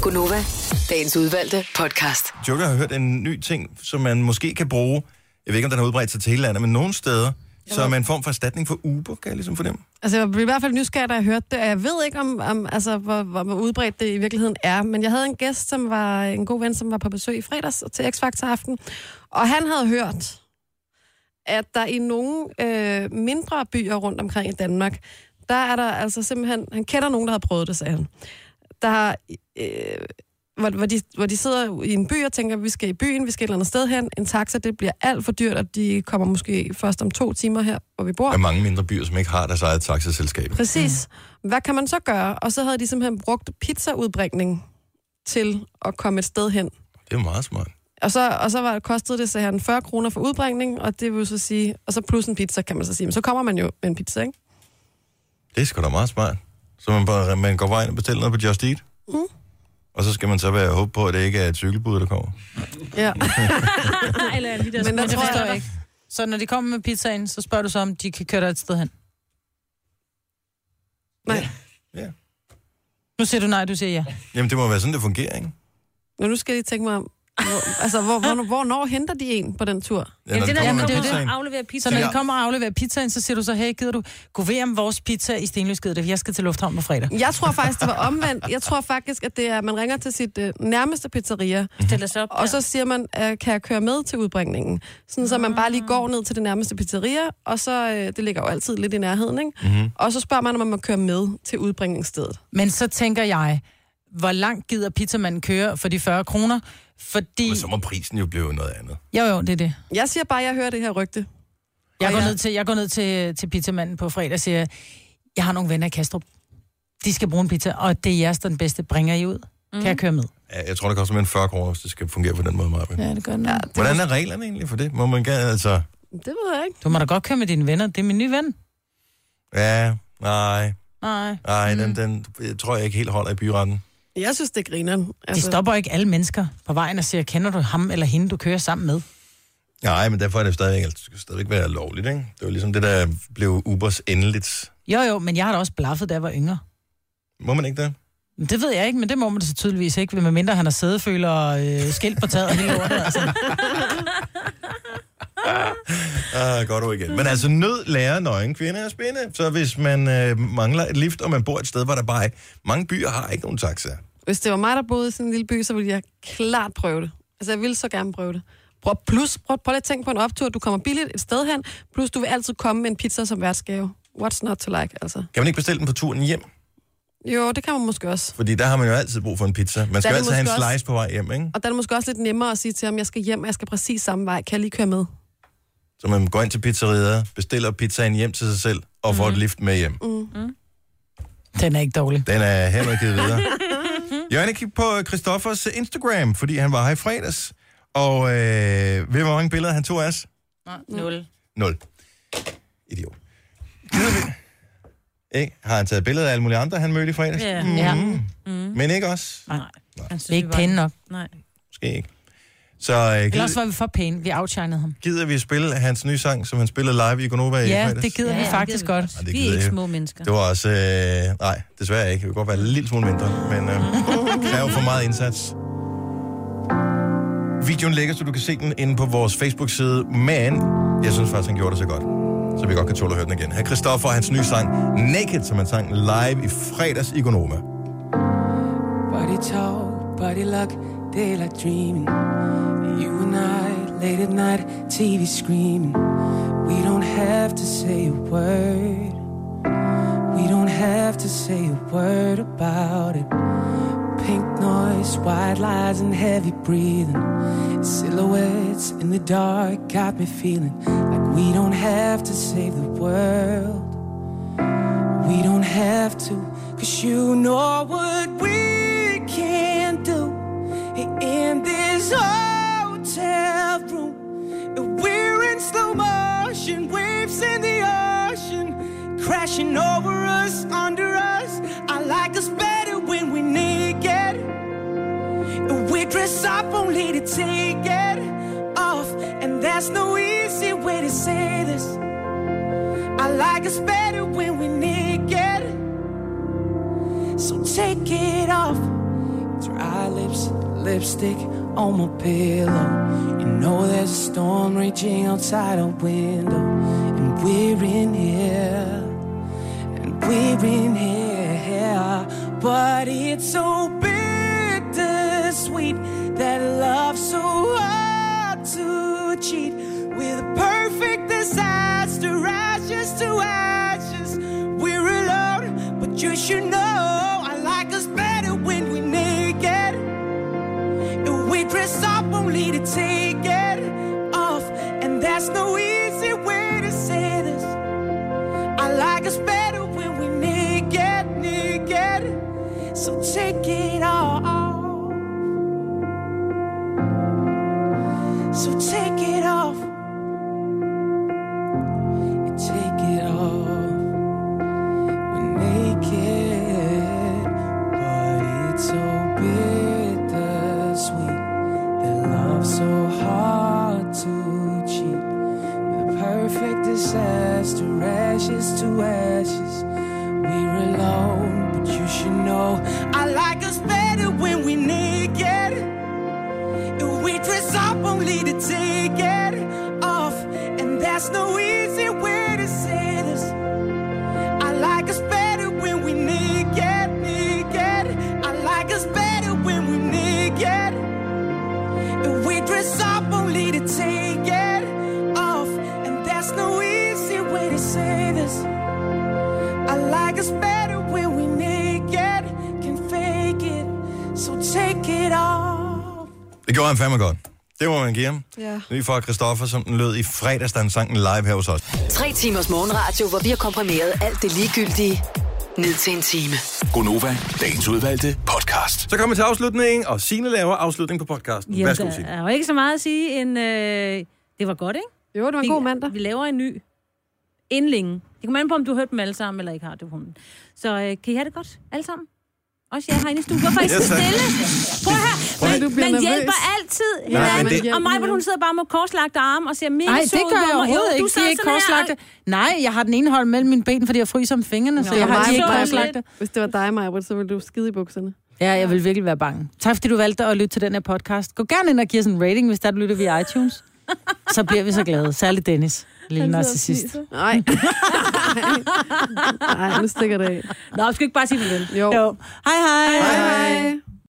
Gunova, dagens udvalgte podcast.
Joker har hørt en ny ting, som man måske kan bruge. Jeg ved ikke, om den har udbredt sig til hele landet, men nogle steder, så er man en form for erstatning for Uber, kan jeg ligesom fornemme.
Altså, jeg blev i hvert fald nysgerrig, da jeg hørte det, og jeg ved ikke, om, om altså, hvor, hvor, hvor udbredt det i virkeligheden er, men jeg havde en gæst, som var en god ven, som var på besøg i fredags til X-Factor Aften, og han havde hørt, at der i nogle øh, mindre byer rundt omkring i Danmark, der er der altså simpelthen, han kender nogen, der har prøvet det, sagde han. Der, øh, hvor, hvor, de, hvor de sidder i en by og tænker, vi skal i byen, vi skal et eller andet sted hen. En taxa, det bliver alt for dyrt, og de kommer måske først om to timer her, hvor vi bor.
Der er mange mindre byer, som ikke har deres eget taxaselskab.
Præcis. Hvad kan man så gøre? Og så havde de simpelthen brugt pizzaudbringning til at komme et sted hen.
Det er jo meget smart.
Og så, og så var, kostede det, så han 40 kroner for udbringning, og det vil jo så sige, og så plus en pizza, kan man så sige. Men så kommer man jo med en pizza, ikke?
Det er sgu da meget smart. Så man, bare, man går vejen og bestiller noget på Just Eat.
Mm.
Og så skal man så være håbe på, at det ikke er et cykelbud, der kommer.
Ja.
Eller
de der
men
små-
det forstår jeg ikke. Så når de kommer med pizzaen, så spørger du så, om de kan køre dig et sted hen?
Nej.
Ja. Ja.
Nu siger du nej, du siger ja.
Jamen, det må være sådan, det fungerer, ikke?
Nå, nu skal jeg lige tænke mig om, hvor, altså, hvor, hvor, hvornår henter de en på den tur?
Ja, når de kommer med
det er jo
pizzaen.
det.
Afleverer
Så
pizza.
når
Ja.
de kommer og afleverer pizzaen, så siger du så, hey, gider du, gå ved om vores pizza i Stenløs gider det, for jeg skal til Lufthavn på fredag.
Jeg tror faktisk, det var omvendt. Jeg tror faktisk, at det er, at man ringer til sit øh, nærmeste pizzeria,
Mm-hmm.
Stiller sig op.
og så siger man, øh, kan jeg køre med til udbringningen? Sådan, så man
Ah.
bare lige går ned til det nærmeste pizzeria, og så, øh, det ligger jo altid lidt i nærheden, ikke? Mm-hmm. Og så spørger man, om man må køre med til udbringningsstedet.
Men så tænker jeg, hvor langt gider pizzamanden køre for de 40 kroner? Fordi...
Men så må prisen jo blive noget andet.
Jo, jo, det er det.
Jeg siger bare, at jeg hører det her rygte.
Jeg
Og
går
jeg-
ned til, jeg går ned til, til pizzamanden på fredag og siger, jeg har nogle venner i Kastrup. De skal bruge en pizza, og det er jeres, der er den bedste. Bringer I ud? Mm. Kan jeg køre med?
Ja, Jeg tror, det koster mere end 40 kroner, hvis det skal fungere på den måde, Maja.
Ja, det gør den. Ja, det
Hvordan er reglerne egentlig for det? Må man gerne, altså...
Det ved jeg ikke.
Du må da godt køre med dine venner. Det er min nye ven.
Ja, nej,
Nej.
nej,
Mm.
den, den jeg tror jeg ikke helt holder i byretten.
Jeg synes, det griner.
Altså... De stopper ikke alle mennesker på vejen og siger, kender du ham eller hende, du kører sammen med?
Nej, men derfor er det stadigvæk, altså, det skal stadigvæk være lovligt, ikke? Det var ligesom det, der blev Ubers endeligt.
Jo, jo, men jeg har da også blaffet, da jeg var yngre.
Må man ikke det?
Men Det ved jeg ikke, men det må man så tydeligvis ikke, medmindre han har sædeføler og øh, skilt på taget og hele lortet. Altså.
Ah, godt ord igen. Men altså, nød lærer nøgen kvinde at spinde. Så hvis man øh, mangler et lift, og man bor et sted, hvor der bare er... Mange byer har ikke nogen taxaer.
Hvis det var mig, der boede i sådan en lille by, så ville jeg klart prøve det. Altså, jeg ville så gerne prøve det. Prøv, plus, prøv, prøv lige at tænke på en optur. Du kommer billigt et sted hen, plus du vil altid komme med en pizza som værtsgave. What's not to like, altså.
Kan man ikke bestille den på turen hjem?
Jo, det kan man måske også.
Fordi der har man jo altid brug for en pizza. Man skal
er
jo
det
altid have en
måske også-
slice på vej hjem, ikke?
Og der er det måske også lidt nemmere at sige til ham, jeg skal hjem, og jeg skal præcis samme vej. Kan jeg lige køre med?
Så man går ind til pizzeriet, bestiller pizzaen hjem til sig selv, og får et
Mhm.
lift med hjem.
Mm.
Den er ikke dårlig.
Den er hermed givet videre. Jørgen, kig på Christoffers Instagram, fordi han var her i fredags. Og øh, ved du, hvor mange billeder han tog af os?
Nul.
Nul. Idiot. Gider vi- Ikke? Har han taget billeder af alle mulige andre, han mødte i fredags?
Ja.
Mhm.
Ja.
Men ikke os?
Mm. Nej. Vi er ikke pæne nok. Nej.
Måske ikke. Så øh,
Ellers
gider,
var vi for pæne. Vi outshinede ham.
gider vi spille hans nye sang, som han spillede live i Gonova i
Ja,
fredags?
det gider ja, vi faktisk godt.
Ej, det gider jeg.
mennesker.
Det var også... Øh, nej, desværre ikke. Det kunne godt være en lille smule mindre, men øh,
Mhm.
kræver for meget indsats. Videoen ligger, så du kan se den inde på vores Facebook-side, men jeg synes faktisk, han gjorde det så godt, så vi godt kan tåle at høre den igen. Her er Christoffer og hans nye sang, Naked, som han sang live i fredags i Gonoma.
Body talk, body luck, daylight dreaming. You and I, late at night, TV screaming. We don't have to say a word. We don't have to say a word about it. Pink noise, white lies, and heavy breathing. Silhouettes in the dark got me feeling like we don't have to save the world. We don't have to, cause you know what we can do in this hotel room. We're in slow motion, waves in the ocean, crashing over us, under us. I like us better when we naked. this up, only to take it off. And there's no easy way to say this. I like us better when we naked. So take it off. Dry lips, lipstick on my pillow. You know there's a storm raging outside our window. And we're in here. And we're in here. But it's so bittersweet that love's so hard to cheat. With a perfect disaster, ashes to ashes. We're alone, but you should know I like us better when we're naked. And we dress up only to take it off. And that's no easy way to say this. I like us better when we naked, naked. So take it off. So take it off. Take it off. We're naked, but it's so bittersweet. That love's so hard to cheat the perfect disaster, ashes to ashes. We're alone, but you should know I like us better when we're naked. And we dress up only to take it off, and that's no easy way to say this. I like us better when we're naked, naked. I like us better when we're naked. And we dress up only to take it off. And that's no easy way to say this. I like us better when we naked can fake it. So take it off.
Det gjorde han fandme godt. Det må man give ham.
Ja.
Lige fra Christoffer, som den lød i fredags, da han sang den live her hos os.
Tre timers morgenradio, hvor vi har komprimeret alt det ligegyldige ned til en time.
Gonova, dagens udvalgte podcast. Så kommer vi til afslutningen, og Signe laver afslutning på podcasten. Jamen, Værsgo,
der
Signe.
er jo ikke så meget at sige end... Øh, det var godt, ikke?
Jo, det var en
vi,
god mandag.
Vi laver en ny. Indlingen. Det kommer an på, om du har hørt dem alle sammen, eller ikke har du dem. Så øh, kan I have det godt, alle sammen? Også jer herinde i stuen. Hvorfor er I
Ja,
så
tak.
stille? Prøv at høre.
Prøv at høre,
Man,
du bliver
man
nervøs.
hjælper altid
Nej,
hinanden.
men det-
Og mig, hvor hun sidder bare med korslagte arme og ser mega
Nej, det
sød ud.
gør jeg
Hvor-
overhovedet
Jo,
ikke.
Du
De
sad
er ikke
sådan her,
korslagte. Nej, jeg har den ene hånd mellem mine ben, fordi jeg fryser om fingrene, så
Nå,
jeg har de
mig,
ikke
Maja,
korslagte.
Hvis det var dig, Maja, så ville du skide i bukserne.
Ja, jeg vil virkelig være bange. Tak fordi du valgte at lytte til den her podcast. Gå gerne ind og giv os en rating, hvis der du lytter via iTunes. Så bliver vi så glade. Særligt Dennis, lille
Han sidder og
narcissist.
fniser. Nej. Nej, nu stikker det af.
Nå, skal vi ikke bare sige farvel?
Jo.
Jo. Hej hej.
Hej hej.